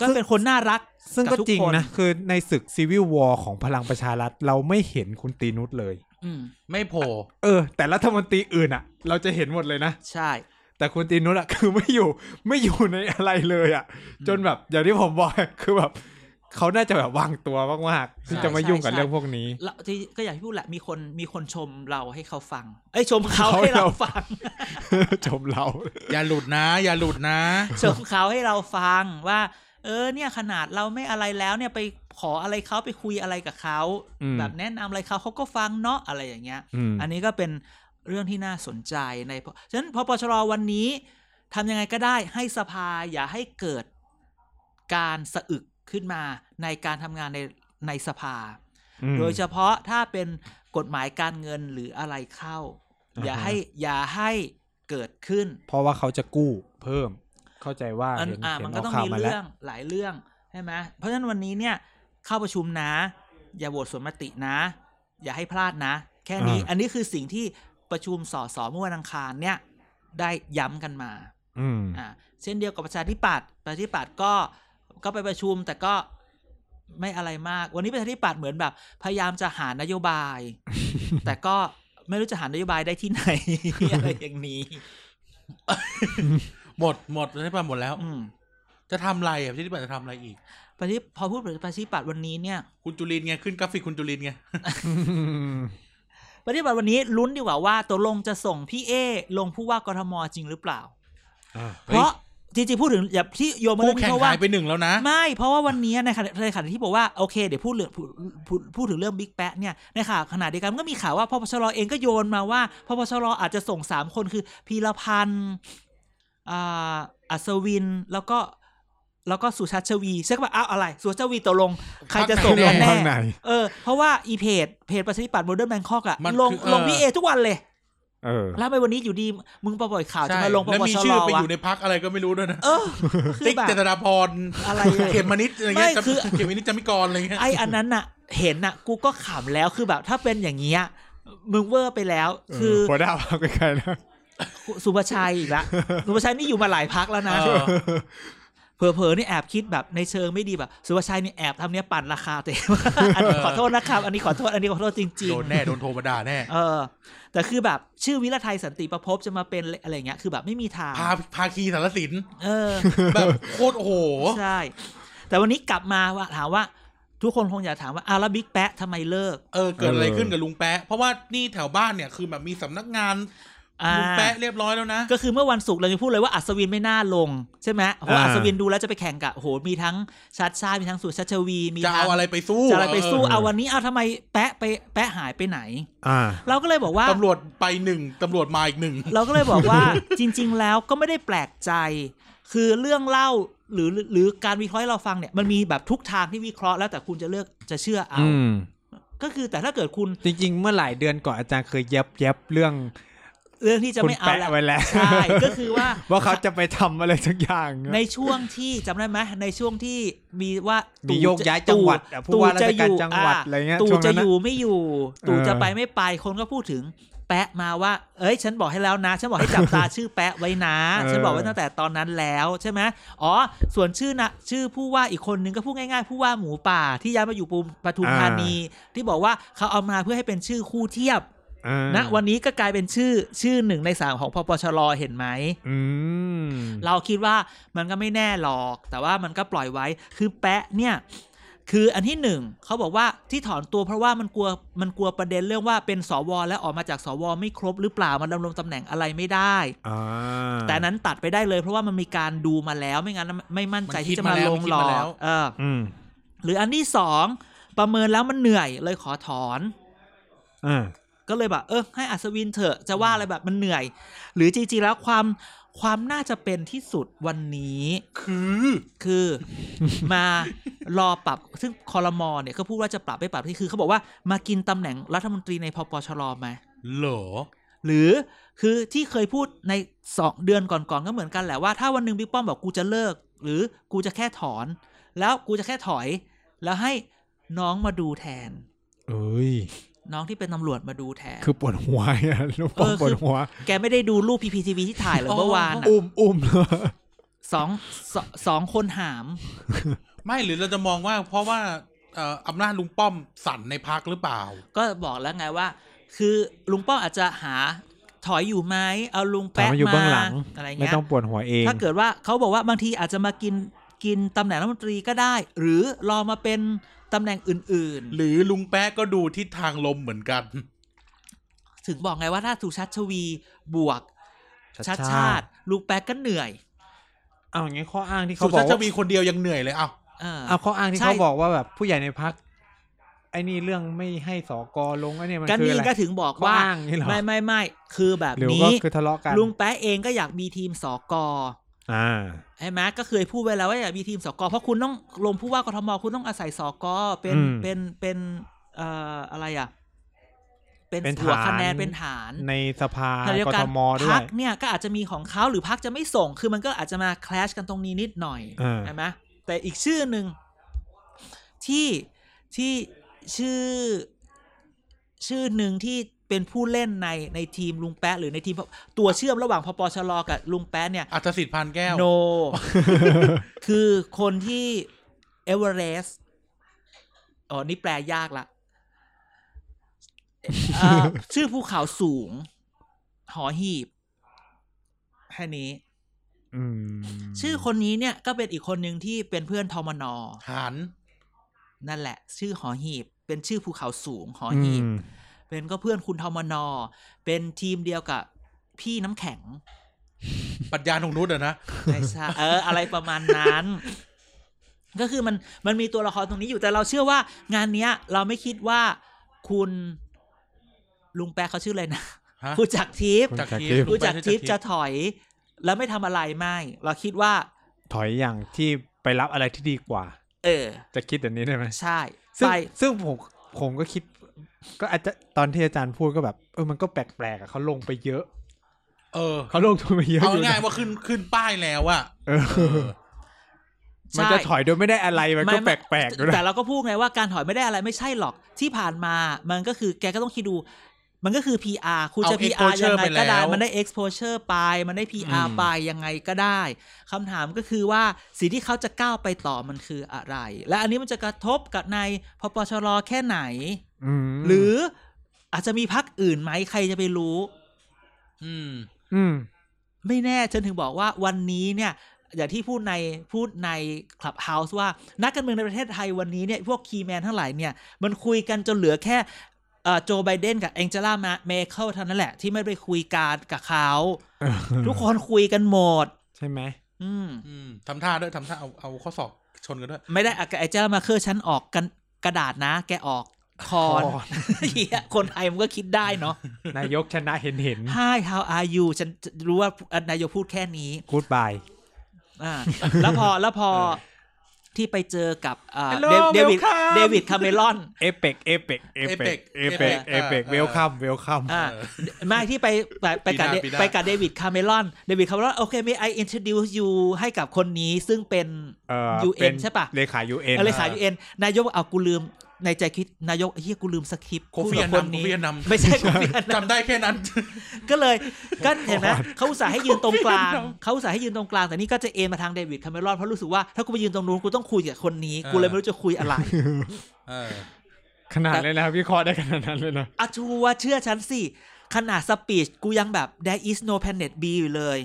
C: ก็เป็นคนน่ารัก
B: ซึ่งก็
C: บทุ
B: จริง
C: ค
B: นะ คือในศึกซีวิววอของพลังประชารัฐ เราไม่เห็นคุณตีนุชเลย
C: อืม
A: ไม่โผล่
B: เออ แต่รัฐมนตรีอื่นอะเราจะเห็นหมดเลยนะ
C: ใช่
B: แต่คุณตีนุชอะ คือไม่อยู่ไม่อยู่ในอะไรเลยอะจนแบบอย่างที่ผมบอกคือแบบเขาน่าจะแบบวางตัวมากๆที่จะมายุ่งกับ
C: ใช่
B: เรื่องพวกนี้
C: แล้วที่ก็อย่างที่พูดแหละมีคนมีคนชมเราให้เขาฟัง เอ้ยชมเขา
B: เขาให้
C: ให้เรา
B: เรา
C: ฟัง
B: ชมเรา
A: อย่าหลุดนะ อย่าหลุดนะ
C: ชมเขาให้เราฟั งว่า เออเนี่ยขนาดเราไม่อะไรแล้วเนี่ยไปขออะไรเขาไปคุยอะไรกับเขา
B: อืม
C: แบบแนะนำอะไรเขาเขาก็ฟังเนาะอะไรอย่างเงี้ย
B: อืม
C: อันนี้ก็เป็นเรื่องที่น่าสนใจในฉะนั้นพปชรวันนี้ทำยังไงก็ได้ให้สภาอย่าให้เกิดการสะอึกขึ้นมาในการทำงานในในสภา
B: อืม
C: โดยเฉพาะถ้าเป็นกฎหมายการเงินหรืออะไรเข้า อย่า
B: อ่าฮะ
C: ให้อย่าให้เกิดขึ้น
B: เพราะว่าเขาจะกู้เพิ่ม เข้าใจว่า
C: อัน
B: เห็น
C: อ่ะ
B: เห็
C: มัน นก็
B: เอา
C: ต้อง
B: ข่าว
C: มี
B: มาแล้
C: เรื่อ
B: ว
C: งหลายเรื่องใช่ไหมเพราะฉะนั้นวันนี้เนี่ยเข้าประชุมนะ อย่าโหวตสวนมตินะ อย่าให้พลาดนะ แค่นี้อันนี้คือสิ่งที่ประชุมสสเมื่อวันอังคารเนี่ยได้ย้ำกันมา
B: อืม
C: อ่าเช่นเดียวกับประชาธิปัตย์ประชาธิปัตย์ก็ก็ไปประชุมแต่ก็ไม่อะไรมาก วันนี้ประชาธิปัตย์เหมือนแบบ พยายามจะหานโยบาย แต่ก็ไม่รู้จะหานโยบายได้ที่ไหน อะไรอย่างนี้
A: หมดหมดใช่ป่ะหมดแล้ว
C: อืม
A: จะทำอะไรอ่ะที่ที่จะทำอะไรอีก
C: ประชาธิพอพูดถึงประชาธิปัตย์วันนี้เนี่ย
A: คุณจุลินไงขึ้นกราฟิกคุณจุลินไง
C: ปฏิบัติวันนี้ลุ้นดีกว่าว่าตกลงจะส่งพี่เอลงผู้ว่ากทมจริงหรือเปล่า
B: อ่ะ
C: เพราะจริงๆพูดถึงอย่าที่โยมมา
A: คู่
C: เรื่อง
A: แข่
C: นี้เพ
A: ง
C: ราะว่า
A: หายไปหนึ่งแล้วนะ
C: ไม่เพราะว่าวันนี้ในขณะในขณะที่บอกว่าโอเคเดี๋ยวพูดเรื่องพูดพูดพูดถึงเรื่องบิ๊กแปะเนี่ยในข่าวขณะเดียวกันมันก็มีข่าวว่าพปชรเองก็โยนมาว่าพปชรอาจจะส่งสามคนคือพีรพันธ์อ่าอัศวินแล้วก็แล้วก็สุชาติชวีใช่ป่ะอ้าวอะไร สุชาติชวีตกลงใครจะส่งกัน
B: ข้า
C: แน่
B: งใน
C: เออเพราะว่าอีเพจเพจประชาธิปัตย์โมเดิร์นแบงคอกอะ
A: มัน
C: ลง
A: คือเออ
C: ลงพี่เอทุกวันเลย
B: เออ
C: แล้วทำไปวันนี้อยู่ดี มึงปล่อยข่าวจะ
A: ใช่
C: มาลงป
A: แล้ว
C: ป
A: มี
C: ช
A: ชื่
C: ร
A: อไปอ
C: วะ
A: ยู่ในพักอะไรก็ไม่รู้ด้วยนะ
C: เออ คือ
A: ติ๊ก
C: แบบ
A: เจษฎาพร
C: อะไรอะ
A: เข็มมนิดอะไรเงี้ย
C: ไม่คือ
A: เข็มมนิดจามิกรอะไรเงี้ย
C: ไออันนั้นน่ะ เห็นน่ะ กูก็ขำแล้วคือแบบถ้าเป็นอย่างเงี้ยมึงเวอร์ไปแล้ว คือ
B: หัวหน้าพักใครนะ
C: สุภาชัยอีกละสุภาชัยนี่อยู่มาหลายพักแล้วนะ
A: เออ
C: เผลอๆนี่แอบคิดแบบในเชิงไม่ดีแบบสุภาชัยนี่แอบทำเนี้ยปั่นราคาตัวเองอันนี้ขอโทษนะครับ อันนี้ขอโทษอันนี้ขอโทษจริง
A: โด
C: ๆ
A: นแน่โดนโทรมาด่าแน่
C: เออ แต่คือแบบชื่อวิรไทยสันติประภพจะมาเป็นอะไรอย่างเงี้ยคือแบบไม่มีทาง
A: พาพาคีสาร สิน
C: เออ
A: แบบโคตรโอ้โห
C: ใช่ แต่วันนี้กลับมาว่าถามว่า ทุกคนคงอยากถามว่าอาวแล้วบิ๊กแปะทำไมเลิก
A: เออเกิดอะไรขึ้นกับลุงแปะ เพราะว่านี่แถวบ้านเนี่ยคือแบบมีสำนักงาน
C: อ่า
A: ลุงแปะเรียบร้อยแล้วนะ
C: ก็คือเมื่อวันศุกร์เราจะพูดเลยว่าอัศวินไม่น่าลง ใช่ไหมเพราะว่าอัศวินดูแล้วจะไปแข่งกับโอ้โหมีทั้งชัดชาติมีทั้งสุชาติชวี มี
A: จะ
C: ทั้
A: เอา
C: ง
A: อะไรไปสู้
C: จะอะไรไปสู้
A: เ
C: เอาวันนี้เอาทำไมแปะไปแปะหายไปไหน
B: อ่า
C: เราก็เลยบอกว่า
A: ตำรวจไปหนึ่งตำรวจมาอีกหนึ่ง
C: เราก็เลยบอกว่า จริง ๆ แล้วก็ไม่ได้แปลกใจ คือเรื่องเล่าหรือหรือการวิเคราะห์ให้เราฟังเนี่ยมันมีแบบทุกทางที่วิเคราะห์แล้วแต่คุณจะเลือกจะเชื่อเอา
B: อืม
C: ก็คือแต่ถ้าเกิดคุณ
B: จริงๆ เมื่อหลายเดือนก่อนอาจารย์เคยแยบแยบเรื่อง
C: เรื่องที่จะ
B: คุณ
C: ไม่เอา
B: แปะ
C: แล้ว
B: ไว้แล้ว
C: ใช่ก็คือว่า
B: ว่าเขาจะไปทำอะไรสักอย่างอะ
C: ในช่วงที่จำได้ไหมในช่วงที่มีว่า
B: มีโยกย้ายจังหวัดอะผู้ว่าราชการจังหวัด
C: า
B: อะไรเงี้ย
C: ตู่
B: ช่วงนั้
C: จะอ
B: นน่ะ
C: ยู่ไม่อยู่ ตู่
B: เออ
C: จะไปไม่ไปคนก็พูดถึง แปะมาว่า เอ้ย ฉันบอกให้แล้วนะ ฉันบอกให้จับตา ชื่อแปะไว้นะ
B: เออ
C: ฉันบอกไว้ตั้งแต่ตอนนั้นแล้วใช่ไหมอ๋อ ส่วนชื่อนะชื่อผู้ว่าอีกคนนึงก็พูดง่ายๆผู้ว่าหมูป่าที่ย้ายมาอยู่ปุมปทุมธานี ที่บอกว่าเขาเอามาเพื่อให้เป็นชื่อคู่เทียบ
B: อ่า
C: นะวันนี้ก็กลายเป็นชื่อชื่อหนึ่งในสามของพปชรเห็นไหม
B: อืม
C: เราคิดว่ามันก็ไม่แน่หรอก แต่ว่ามันก็ปล่อยไว้ คือแปะเนี่ย คืออันที่หนึ่งเขาบอกว่าที่ถอนตัวเพราะว่ามันกลัวมันกลัวประเด็นเรื่องว่าเป็นสวแล้วออกมาจากสวไม่ครบหรือเปล่ามันดำรงตำแหน่งอะไรไม่ได้
B: อ่า
C: แต่นั้นตัดไปได้เลยเพราะว่ามันมีการดูมาแล้วไม่งั้นไม่มั่นใจที่จะมาลงหรอ
A: มันคิดมาแล้ว
C: กเออ
B: อืม
C: หรืออันที่สองประเมินแล้วมันเหนื่อยเลยขอถอน
B: อ่า
C: ก็เลยแบบเออให้อัศวินเถอะจะว่าอะไรแบบมันเหนื่อย หรือจริงๆแล้วความความน่าจะเป็นที่สุดวันนี้
A: คือ
C: คือ มารอปรับซึ่งคอรมอเนี่ยก็พูดว่าจะปรับไม่ปรับที่คือเขาบอกว่ามากินตำแหน่งรัฐมนตรีในพปชรไหม
A: เหรอ
C: หรือคือที่เคยพูดในสองเดือนก่อนๆก็เหมือนกันแหละว่าถ้าวันหนึ่งบิ๊กป้อมบอกกูจะเลิก หรือกูจะแค่ถอน แล้วกูจะแค่ถอย แล้วให้น้องมาดูแทน
B: เอ้ย
C: น้องที่เป็นตำรวจมาดูแทน
B: คือปวดหัวอะลูกป้อม
C: เออคือ
B: ปวดหัว
C: แกไม่ได้ดูรูปพีพีทีวีที่ถ่ายเหรอเมื่อวานอะ
B: อุ้มอุ้มเลย
C: สองสองสองคนหาม
A: ไม่หรือเราจะมองว่าเพราะว่าเอ่ออำนาจลุงป้อมสั่นในพักหรือเปล่า
C: ก็บอกแล้วไงว่า คือลุงป้อมอาจจะหาถอยอยู่ไหมเอาลุง
B: ถาม
C: แปะ
B: มาอยู่เบื้องหลัง
C: อะไร
B: ไม่
C: เงี้ย
B: ต้องปวดหัวเอง
C: ถ้าเกิดว่าเขาบอกว่าบางทีอาจจะมากินกินตำแหน่งรัฐมนตรีก็ได้ หรือรอมาเป็นตำแหน่งอื่น
A: หรือลุงแป๊ะก็ดูทิศทางลมเหมือนกัน
C: ๆ ถึงบอกไงว่าถ้าถูกชัดชวีบวกชัดชาติลุงแปะก็เหนื่อย
B: เอาอย่างงี้ข้ออ้างที่
A: สุ
B: เขาบอ
A: ชาก ติ
B: ว่า
A: จะมีคนเดียวยังเหนื่อยเลยอ้าว
C: เออ
B: เอาข้ออ้างที่
C: ใช่
B: เขาบอกว่าแบบผู้ใหญ่ในพักไอ้นี่เรื่องไม่ให้สกลงไอ้เนี่ยมัน
C: ก็
B: คือ
C: นี่
B: อะไร
C: ก็ถึงบอก
B: ข้อ
C: ว่า
B: อ้างนี่เหรอ
C: ไม่ไม่ไม่คือแบบ
B: หรือ
C: นี้
B: ก็คือทะเลาะกัน
C: ลุงแป๊ะเองก็อยากมีทีมสก
B: อ่า
C: ไอ้แม็กก็เคยพูดไว้แล้วว่าอย่ามีทีมสกเพราะคุณต้องลงผู้ว่ากทมคุณต้องอาศัยสกเป็น
B: อืม
C: เป็นเป็นเอ่ออะไรอ่ะ เป็น
B: เป็น
C: หัว
B: ฐาน
C: คะแนนเป็นฐาน
B: ในสภา
C: ขณะเดียว
B: ก
C: กั
B: ทมด้ว
C: พั
B: ย
C: เนี่ยก็อาจจะมีของเขาหรือพักจะไม่ส่ง คือมันก็อาจจะมาคลชกันตรงนี้นิดหน่อย
B: อ่า
C: ใช่ไหมแต่อีกชื่อหนึ่งที่ที่ชื่อ ชื่อหนึ่งที่เป็นผู้เล่นในในทีมลุงแป๊ะหรือในทีมตัวเชื่อมระหว่างพปชรกับลุงแป๊ะเนี่ย
A: อัตสิทธิ์พานแก้ว
C: โน คือคนที่เอเวอเรสต์อ๋อ นี่แปลยากละเอ่อ ชื่อภูเขาสูง หอหีบ แค่นี้
B: อืม
C: ชื่อคนนี้เนี่ยก็เป็นอีกคนหนึ่งที่เป็นเพื่อนทอมนอ
A: หาน
C: นั่นแหละ ชื่อหอหีบ เป็นชื่อภูเขาสูง หอ
B: อื
C: หีบ
B: ม
C: เป็นก็เพื่อนคุณทอมนอ เป็นทีมเดียวกับพี่น้ำแข็ง
A: ปรัญญาของนุษย์อะนะ
C: ไม่ใช่เออ อะไรประมาณนั้น ก็คือมันมันมีตัวละครตรงนี้อยู่แต่เราเชื่อว่างานเนี้ย เราไม่คิดว่าคุณลุงแปะเขาชื่ออะไร นะ
A: ฮะ
C: ผู้จักรทิพย์
A: จากทิพย์
C: ผู้จักรทิพย์จะถอย แล้วไม่ทำอะไรไม่ เราคิดว่า
B: ถอยอย่างที่ไปรับอะไรที่ดีกว่า
C: เออ
B: จะคิดแบบนี้ได้ไหม
C: ใช่
B: ซึ่ง
C: ไป
B: ซึ่งผมผมก็คิด ก็อาจจะตอนที่อาจารย์พูดก็แบบเออมันก็แปลกๆอะเขาลงไปเยอะ
A: เออ
B: เขาลงทุนไปเยอะ
A: เอา
B: อยู่นะ
A: ง่ายๆว่าขึ้นขึ้นป้ายแล้วอะ
B: เออ
C: ใช่
B: มันจะถอยโดยไม่ได้อะไรมันก็แปลกๆด้วย
C: แต่
B: นะ
C: เราก็พูดไงว่าการถอยไม่ได้อะไรไม่ใช่หรอกที่ผ่านมา มันก็คือแกก็ต้องคิดดู มันก็คือ PR คุณจะ PR
A: เ exposure
C: ยังไงก็ได้
A: ปแล้ว
C: มันได้ exposure ไป มันได้ PR ไปยังไงก็ได้คำถามก็คือว่าสิ่งที่เขาจะก้าวไปต่อมันคืออะไร และอันนี้มันจะกระทบกับในพปชรแค่ไหน
B: ม
C: หรืออาจจะมีพักอื่นไหมใครจะไปรู้
A: อืม
B: อืม
C: ไม่แน่ฉันถึงบอกว่าวันนี้เนี่ย อย่างที่พูดในพูดในคลับเฮาส์ว่า นักการเมืองในประเทศไทยวันนี้เนี่ยพวกคีแมนทั้งหลายเนี่ย มันคุยกันจนเหลือแค่เอ่อโจไบเดนกับแองเจล่าเมเคิลเท่านั้นแหละ ที่ไม่ไปคุยการกับเขา ทุกคนคุยกันหมด
B: ใช่ไหม
C: อืม
A: อืมทำท่าด้วยทำท่าเอาเอาข้อศอกชนกันด้วย
C: ไม่ได้อะกับแองเจล่าเมเคิลฉันออกกันกระดาษนะ แกออกคอน
B: ก่อน
C: เหี้ยคนไทยมันก็คิดได้ เนาะ
B: นายกชนะเห็นเห็น
C: Hi how are you ฉันรู้ว่าอ่ะนายกพูดแค่นี้
B: กูดบาย
C: อ่าแล้ว พอแล้วพอที่ไปเจอกับอ่า
B: Hello,
C: เดวเดวิด
B: welcome
C: เดวิดคาเมรอน
B: เอเปกเอเปกเอเป
A: Apex
B: กเอเปกเอเปก
A: Apex
B: เวลคัมเวลคัม
C: อ่าไม่ที่ไปไปไปกับ
A: ปีหน้าปีหน้า
C: ไปกับเดวิดคาเมรอนเดวิดคาเมรอนโอเคมีไออิน o d ดิว you ให้กับคนนี้ซึ่งเป็น UN ใช่ปะ
B: เลขา UN
C: เออเลขายูเอ็นนายกบอกเอากูลืม ในใจคิดนายกไอ้เฮียกูลืมสคริปต์
A: โคฟีอัน
C: พูดกับ
A: นำโคฟีอันนำ
C: ไม่ใช่โคฟีอันนำ
A: จำได้แค่นั้น
C: ก็เลยก็เห็นไหมเขาอุตส่าห์ให้ยืนตรงกลาง
A: โอ้โห
C: เขาอุตส่าห์ให้ยืนตรงกลาง แต่นี่ก็จะเอ็นมาทางเดวิดคาเมรอนเพราะรู้สึกว่าถ้ากูไปยืนตรงนู้นกูต้องคุยกับคนนี้
A: เออ
C: กูเลยไม่รู้จะคุยอะไร
A: เออ
B: ขนาดเลยนะวิเคราะห์ได้ขนาดนั้นเลยนะ
C: อาชูว่าเชื่อฉันสิ ขนาดสปีชกูยังแบบ there is no planet B อยู่เลย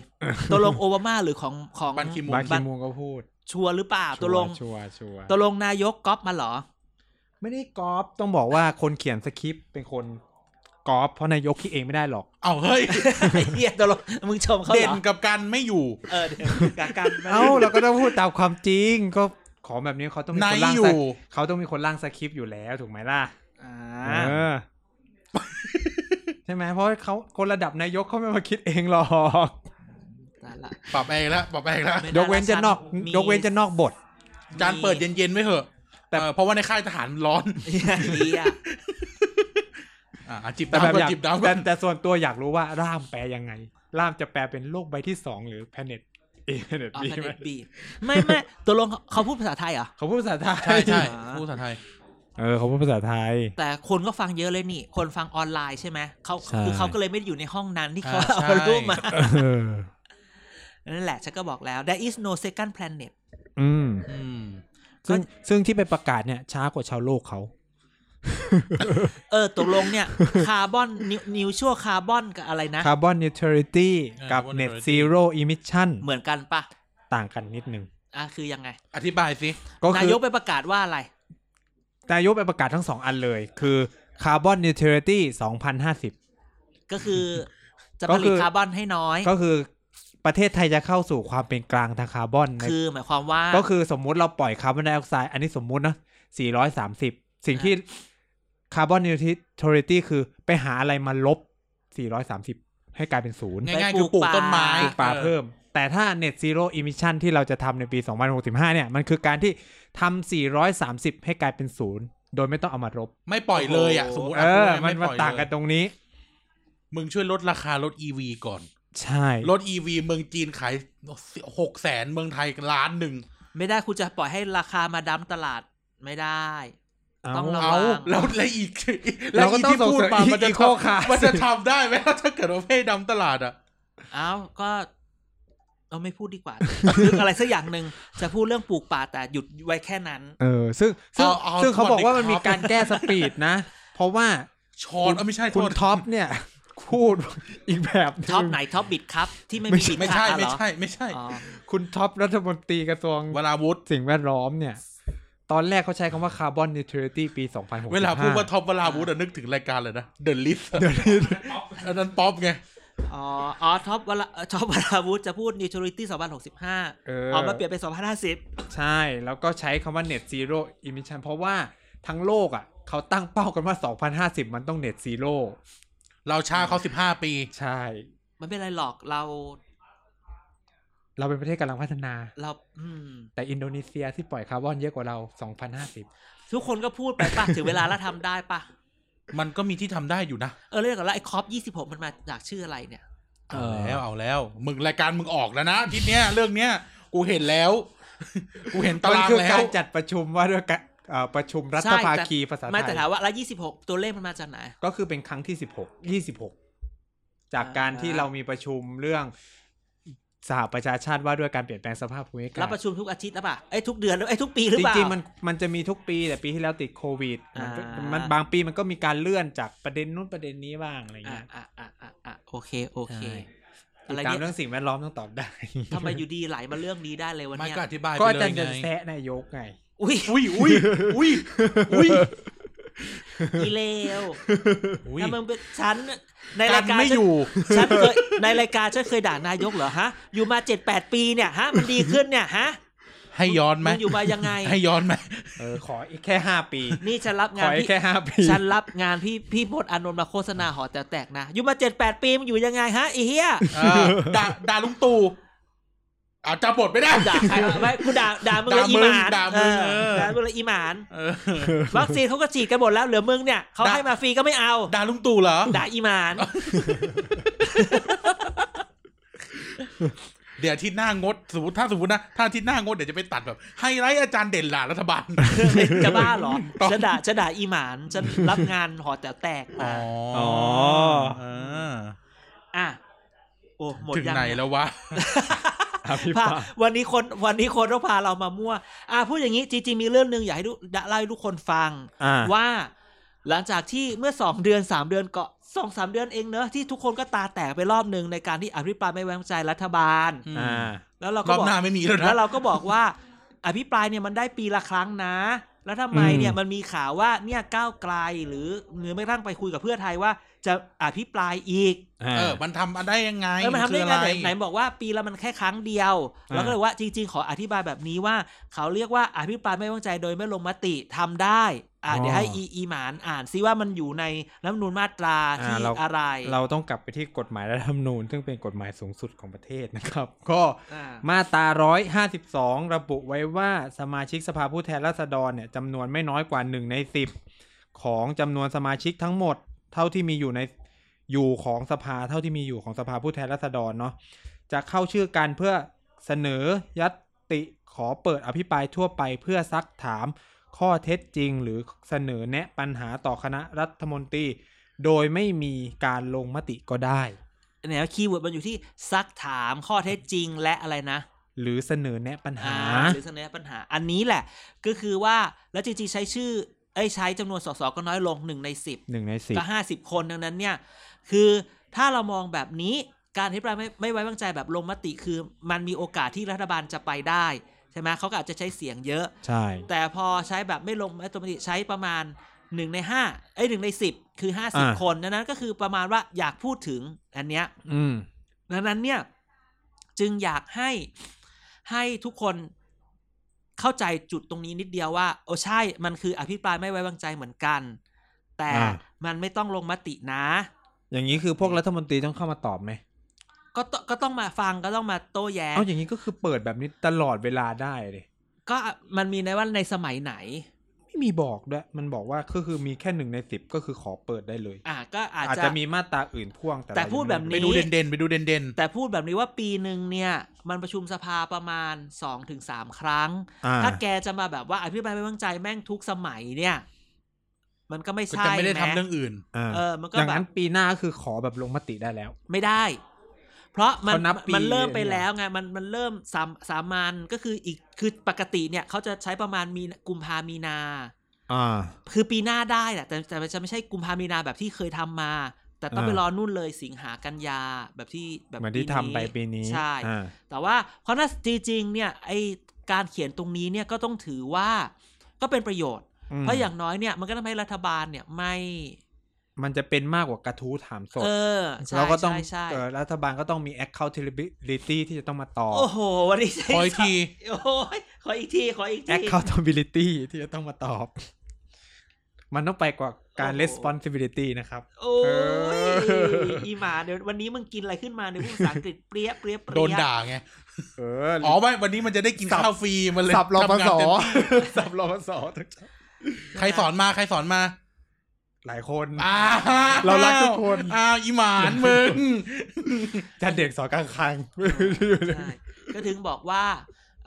C: ตกลงโอบามาหรือของของ
A: บันคิมูน
B: บางคีมูนก็พูด
C: ชัวร์หรือเปล่าตกลง
B: ชัวร์ชัวร์
C: ตกลงนายกก๊อปมาเหรอ
B: ไม่ได้กอปต้องบอกว่าคนเขียนสคริปต์เป็นคนกอปเพราะนายกคิดเองไม่ได้หรอก
A: เอาเฮ้ย
C: ไอ้เฮียตกลงมึงชมเขา
A: เด่
C: เหร
A: น
C: อ
A: กับการไม่อยู่
C: เออเด่นกับการไม่
B: เอ้าเราก็ต้องพูดตามความจริงก็ของแบบนี้เขาต้องมี
A: ไหน
B: คนร่าง
A: อ
B: ส
A: ยู่
B: คเขาต้องมีคนร่างสคริปต์อยู่แล้วถูกไหมล่ะ
C: อ่า
B: เออ ใช่ไหมเพราะเขาคนระดับนายกเขาไม่มาคิดเองหรอก
C: ตายละ
A: ปรับเองแล้วปรับเองแล้ว
C: ไม่
B: ยกเว้นจะนอก
C: มี
B: ยกเว้นจะนอกบท
A: จานเปิดเย็นๆไว้เถอะ
B: แต่
A: แต่เพราะว่าในค่ายทหารมันร้อน
C: เฮีย
A: อ่าจิบ
B: แต่
A: น้ำ
B: แบบ
A: ก่อ
B: อยาน ก
A: จิบน้ำก่
B: แต่
A: อน
B: แต่ส่วนตัวอยากรู้ว่าร่ามแปลยังไง ร่ามจะแปลเป็นโลกใบที่สองหรือ planet A planet
C: อ๋อ
B: B
C: พัน
B: ไหม
C: เอ็ดบีไม่ไม่ตกลงเขาเขาพูดภาษาไทยเหรอ
B: เขาพูดภาษาไทย
A: ใช่ใช่พูดภาษาไทย
B: เออเขาพูดภาษาไท ย
C: แต่คนก็ฟังเยอะเลยนี่ คนฟังออนไลน์ใช่ไหมเขา
B: ใช่
C: คือเขาก็เลยไม่ได้อยู่ในห้องนั้นที่เขา
A: อ่า
C: เอา
A: ใช่
C: รูปมา
B: เออ
C: นั่นแหละฉันก็บอกแล้ว there is no second planet
B: อืม
A: อืม
B: ซึ่งซึ่งที่ไปประกาศเนี่ย ช้ากว่าชาวโลกเขา
C: เออตกลงเนี่ยคาร์บอนนิวชั่วคาร์บอนกับอะไรนะ
B: คาร์บอน e น t ว a l ิตี้
A: เออ
B: กับ
A: carbon
B: Net
A: neutrality
B: Zero Emission
C: เหมือนกันปะ
B: ต่างกันนิดนึง
C: อ่ะคือยังไง
A: อธิบายสิ
B: ก็
C: นา
B: คือย
C: กไปประกาศว่าอะไร
B: นายกไปประกาศทั้งสองอันเลย คือคาร์บอน e น t ว a l ิตี้2050
C: ก็คือ จะ
B: ก็
C: ผ
B: คื
C: ลิต
B: อ
C: คาร์บอนให้น้อย
B: ก็คือประเทศไทยจะเข้าสู่ความเป็นกลางทางคาร์บอนใน
C: คือหมายความว่า
B: ก็คือสมมุติเราปล่อยคาร์บอนไดออกไซด์อันนี้สมมุตินะ 430 สิ่ง
C: อ่า
B: ที่คาร์บอนนิวทร a ตี้คือไปหาอะไรมาลบ 430 ให้กลายเป็นศูนย์
C: ไ
A: ง่ายๆคือปลูกต้นไม้
B: ปลูกป่า
A: ออ
B: เพิ่ม แต่ถ้า Net Zero Emission ที่เราจะทำในปี 2065 เนี่ย มันคือการที่ทำ 430 ให้กลายเป็นศูนย์โดยไม่ต้องเอามาลบ
A: ไม่ปล่อยเลยอ่ะสมมติ
B: เอ
A: อ่ะ
B: อ
A: พูดง่ยๆ
B: มันมัน
A: ไปล่อย
B: ต่างกัน
A: เลย
B: ตรงนี้
A: มึงช่วยลดราคารถอีวีก่อน
B: ใช่
A: รถอีวีเมืองจีนขายหกแสนเมืองไทยล้านหนึ่ง
C: ไม่ได้คุณจะปล่อยให้ราคามาดั้มตลาดไม่ได้ ต้
B: เอ้า
C: องระวัง
A: เอาแล้วแล้วอีก
B: เราก็ต้อง
A: ที่พูดมา
B: ส่งเสริม
A: มันจะ
B: eco
A: ทำ
B: car
A: มันจะทำได้ไหมถ้าเกิดว่าให้ดำตลาดอ่ะ
C: เอ้าก็เราไม่พูดดีกว่า นึกอะไรสักอย่างหนึ่ง จะพูดเรื่องปลูกป่าแต่หยุดไว้แค่นั้น
B: เออ ซึ่งซึ่ง
A: เอาเอา
B: ซึ่งเขาบอกว่า
A: สวั
B: มั
A: ส
B: น
A: ดี
B: มี
A: ครับ
B: การแก้สปีดนะ เพราะว่า
A: ชอนเอ้าไม่ใช่
B: คุณ
A: โทษ
B: ท็อปเนี่ย พูดอีกแบบง
C: ท็อปไหนท็อปบิดครับ ที่ไม่
B: ไม่
C: มี
B: ใช่
C: บิด
A: ไม่
C: ค่า
A: ใช่
C: เหร
A: ไม่
C: อ
A: ใช่ไม่ใช่
C: อ๋อ
B: คุณท็อปรัฐมนตรีกระทรวง
A: เวลาวุฒ
B: สิ่งแวดล้อมเนี่ย ตอนแรกเขาใช้คำว่าคาร์บอนนิวทรัลตี้ปี2065
A: เวลาพูดว่าท็อปเวลาวุฒอะนึกถึงรายการเลยนะเด e l ลิส
B: เดี๋ยวนี้
A: อันนั้นป๊อปไง
C: อ๋ออ๋อท็อปวลาท็อปวลาวุธจะพูด neutrality 2065
B: เอ
C: อ
B: อ
C: อกมาเปลี่ยนเป็น 2050
B: ใช่ แล้วก็ใช้คำว่า net zero emission เพราะว่าทั้งโลกอ่ะเขาตั้งเป้ากันว่า 2050 มันต้อง net zero
A: เราช้าเขาสิบห้าปี
B: ใช่
C: มันไม่เป็นไรหรอกเรา
B: เราเป็นประเทศกำลังพัฒนา
C: เราอืม
B: แต่อินโดนีเซียที่ปล่อยคาร์บอนเยอะกว่าเรา 2050
C: ทุกคนก็พูดไปป่ะ ถึงเวลาแล้วทำได้ป่ะ
A: มันก็มีที่ทำได้อยู่นะ
C: เออเรื่องของแล้วไอ้คอป26 มันมาจากชื่ออะไรเนี่ย
A: เอาแล้วเอาแล้ว มึงรายการมึงออกแล้วนะอาทิศเนี้ยเรื่องเนี้ย กูเห็นแล้ว กูเห็นตา
B: มัน
A: ราง
B: คือ
A: แล้ว
B: การจัดประชุมว่าด้วยการเอ่อประชุมรั
C: ใช่
B: ฐ
C: แต่
B: ภาคีภาษาไทย
C: ไม่แต่ถามว่าแล้ว26 ตัวเลขมันมาจากไหน
B: ก็คือเป็นครั้งที่สิบหก ยี่สิบหก จาก
C: อ่า
B: การที่เรามีประชุมเรื่องสหประชาชาติว่าด้วยการเปลี่ยนแปลงสภาพภูมิอากา
C: รับ
B: ศ
C: ประชุมทุกอาทิตย์หรือเปล่าไอ้ยทุกเดือนหรือไอ้ยทุกปีหรือ
B: จ
C: เปล่า
B: ริงๆมันมันจะมีทุกปี แต่ปีที่แล้วติดโควิดมันก็
C: อ่ามั
B: มันบางปีมันก็มีการเลื่อนจากประเด็นนู้นประเด็นนี้บ้างอะไร
C: อ่ะ
B: เงี้ย
C: อ่ะอ่ะอ่ะอ่ะโอเคโอเค
B: ใช่
C: อะไร
B: ติดตาม
C: เนี่ย
B: เรื่องสิ่งแวดล้อมต้องตอบได้
C: ทำไมอยู่ดีไหลมาเรื่องนี้ได้เลยวัน
A: มัน
C: เนี้ย
A: ก็อธิบาย
B: ก็
A: ไป
B: อา
A: เล
B: จาร
A: ย
B: ย์จะ
A: ไง
B: แซะนายกไง
C: อุ้ย
A: อุ้ยอุ้ยอุ้ยอุ้ย
C: อีเลว
A: อุ้ย
C: ถ้ามึงเป็นฉันใน
A: กา
C: า
A: ร
C: ร ยการ
A: ไม่อยู่
C: ฉันฉันเคยในรายการฉันเคยด่านายกเหรอฮะ อยู่มาเจ็ดแปดปีเนี่ยฮะ มันดีขึ้นเนี่ยฮะ
A: ให้ย้อนไหม
C: งอยู่มายังไง
A: ให้ย้อนไหม
B: เออ ขออีกแค่ห้าปี
C: นี่ฉันรับ
B: ข
C: งาน
B: ออีก
C: พี่
B: แค่ห้าปี
C: ฉันรับงานพี่พี่พดอานนท์มาโฆษณาหอแต่แตกนะ อยู่มาเจ็ดแปดปีมันอยู่ยังไงฮะไอีเฮีย
A: เออ ด่าด่าลุงตู่อ่าจำบทไม่ได้
C: ด่าใครวะไม่กูด่าด่ามึงเลย
A: ด่ามึ
C: อีห
A: ง
C: มาน
A: ด่ามึง
C: เออ
A: เออ
C: ด่ามึงเลยอีหมาน
A: เออ
C: วัคซีนเขาก็ฉีดกันหมดแล้วเหลือมึงเนี่ยเขา
A: ด่า
C: ให้มาฟรีก็ไม่เอา
A: ด่าลุงตู่เหรอ
C: ด่าอีหมาน
A: เดี๋ยวอาทิตย์หน้างดสมมติถ้าสมมตินะถ้าอาทิตย์หน้างดเดี๋ยวจะไปตัดแบบไฮไลท์อาจารย์เด่นหลารัฐบาล
C: จะบ้าเหรอ
A: ต้อง
C: จะด่าจะด่าอีหมานจะรับงานหอแต่แตกมา
A: อ๋อ
C: อ่ะโอ้หมด
A: ถึง
C: ยัง
A: ไหน
C: เย
A: แล้ววะ
B: อภิ
C: พาร
B: ปาย
C: วันนี้คนวันนี้คนก็พาเรามามั่ว อ่าพูดอย่างนี้จริงๆมีเรื่องหนึ่งอยากให้ทุกเล่าให้ทุกคนฟัง
B: อ่า
C: ว่า หลังจากที่เมื่อสองเดือนสามเดือนเกาะสองสามเดือนเองเนอะที่ทุกคนก็ตาแตกไปรอบหนึ่งในการที่อภิปรายไม่ไว้วางใจรัฐบาล
A: อืม
B: อ่า
C: แล้วเรา
A: ร
C: ก็
A: อบ
C: บอก
A: หน้าไม่มีแล้วนะ
C: แล้วเราก็บอกว่า อภิปรายเนี่ยมันได้ปีละครั้งนะ แล้วทำไมเนี่ย
B: อืม
C: มันมีข่าวว่าเนี่ยก้าวไกลหรือหรือไม่กระทั่งไปคุยกับเพื่อไทยว่า จะอภิปรายอีก
A: เออ มันทำได้ยังไง
C: เออมันทำ
A: คื
C: ได้
A: ออะ
C: ไงไหน
A: ร
C: ไหนบอกว่าปีละมันแค่ครั้งเดียว
B: อ่า
C: แล้วก็เลยว่าจริงๆ ขออธิบายแบบนี้ว่า เขาเรียกว่าอภิปรายไม่ไว้วางใจโดยไม่ลงมติทำได้ อ่ะเดี๋ยวให้อีอีหมานอ่านซิว่ามันอยู่ในรัฐธรรมนูญมาตราที่
B: เรา
C: อะไร
B: เราต้องกลับไปที่กฎหมายรัฐธรรมนูญ ซึ่งเป็นกฎหมายสูงสุดของประเทศนะครับ ก็
C: อ่า
B: มาตรา 152 ระบุไว้ว่าสมาชิกสภาผู้แทนราษฎรเนี่ยจำนวนไม่น้อยกว่า 1 ใน 10 ของจำนวนสมาชิกทั้งหมด เท่าที่มีอยู่ในอยู่ของสภาเท่าที่มีอยู่ของสภาผู้แทนราษฎรเนาะจะเข้าชื่อกันเพื่อเสนอยัตติขอเปิดอภิปรายทั่วไปเพื่อซักถาม ข้อเท็จจริงหรือเสนอแนะปัญหาต่อคณะรัฐมนตรี โดยไม่มีการลงมติก็ได้
C: เนี่ยคีย์เวิร์ดมันอยู่ที่ซักถามข้อเท็จจริงและอะไรนะ
B: หรือเสนอแนะปัญหา
C: อ่หรือเสนอปัญหา อันนี้แหละ ก็คือว่าแล้วจริงๆใช้ชื่อเอ้ยใช้จำนวนสสก็น้อยลงหนึ่งในสิบ
B: หนึ่งในสิบ
C: ก็ห้าสิบคนดังนั้นเนี่ย คือถ้าเรามองแบบนี้การที่ปรายไม่ไม่ไว้วางใจแบบลงมติคือ มันมีโอกาสที่รัฐบาลจะไปได้ใช่ไหมเขาก็อาจจะใช้เสียงเยอะ
B: ใช่
C: แต่พอใช้แบบไม่ลงมติใช้ประมาณหนึ่งในห้าไอ้ยหนึ่งในสิบคือห้าสิบ
B: อ่า
C: คนดังนั้นก็คือประมาณว่าอยากพูดถึงอันเนี้ย
B: อืม
C: ดังนั้นเนี่ยจึงอยากให้ให้ทุกคนเข้าใจจุดตรงนี้นิดเดียวว่า โอ้ใช่มันคืออภิปรายไม่ไว้วางใจเหมือนกัน แต่
B: อ่า
C: มันไม่ต้องลงมตินะ
B: อย่างนี้คือพวกรัฐมนตรีต้องเข้ามาตอบไหม
C: ก็ตก็ต้องมาฟังก็ต้องมาโต้แย้ง
B: เอาอย่างนี้ก็คือเปิดแบบนี้ตลอดเวลาได้เลย
C: ก็มันมีในว่าในสมัยไหน
B: ไม่มีบอกด้วย มันบอกว่าก็คือมีแค่หนึ่งในสิบก็คือขอเปิดได้เลย
C: อ่ะก็อาจ
B: อาจ
C: จะ
B: จะมีมาตราอื่นพ่วงแต่เรา
C: แต่พูดแบบนี้
A: ไปดูเด่นเด่นๆไปดูเด่นเด่นๆ
C: แต่พูดแบบนี้ว่าปีหนึ่งเนี่ย มันประชุมสภาประมาณสองถึงสามครั้ง
B: อ่า
C: ถ้าแกจะมาแบบว่าอภิปรายไม่ไว้วางใจแม่งทุกสมัยเนี่ย มันก็ไม่
A: ก็
C: ใช่
A: จะไม่ได้
C: ห
A: ทำเรื่องอื่น
B: อ่า
C: เออมันก็
B: ดัง
C: แบ
B: นั้
C: บ
B: นปีหน้าคือขอแบบลงมติได้แล้ว
C: ไม่ได้ เพราะมัน
B: เขานับปี
C: มันเริ่มไป
B: เลยเนี่ย
C: แล้วไงมันมันเริ่มสามสามัญก็คืออีกคือปกติเนี่ยเขาจะใช้ประมาณมีกุมภามีนา
B: อ่า
C: คือปีหน้าได้แหละแต่แต่จะไม่ใช่กุมภามีนาแบบที่เคยทำมา แต่ต้องไป
B: อ่าร ร
C: อนู่นเลยสิงหากันยาแบบที่แบบ
B: เหมือนที่ทำไปปีนี้
C: ใช่
B: อ่า
C: แต่ว่าเพราะนั้นจริงๆเนี่ยไอการเขียนตรงนี้เนี่ยก็ต้องถือว่าก็เป็นประโยชน์ เพราะอย่างน้อยเนี่ยมันก็ทำให้รัฐบาลเนี่ยไม่
B: มันจะเป็นมากกว่ากระทู้ถามสด
C: เออใช่
B: เราก็ต้อง
C: ใช่ใช่
B: เอ่อรัฐบาลก็ต้องมี accountability ที่จะต้องมาตอบ
C: โอ้โหวันนี้ใช้
A: ขออีกที
C: โอ้ยขออีกทีขออีกที
B: accountability ที่จะต้องมาตอบ มันต้องไปกว่าการ
C: โอ้โห
B: responsibility นะครับ
C: โอ้ย
B: เออ
C: อีหมาเดี๋ยววันนี้มึงกินอะไรขึ้นมาเดี๋ยวพูดภาษาอังกฤษเปรี้ยเปรี้ยเปรี้ย
A: โดนด่าไง
B: เออ
A: อ๋อไม่วันนี้มันจะได้กินข้าวฟรีมันเลย
B: สับรอพ
A: ทำงาน
B: สอ
A: เต็มที่
B: สับรอพสอ
A: ใครสอนมาใครสอนมา
B: หลายคน
A: อ้าว
B: เรารักทุกคน
A: อ้าวอีหมานมึง
B: จันเด็กสอนกลางคัง
C: ใช่ก็ถึงบอกว่า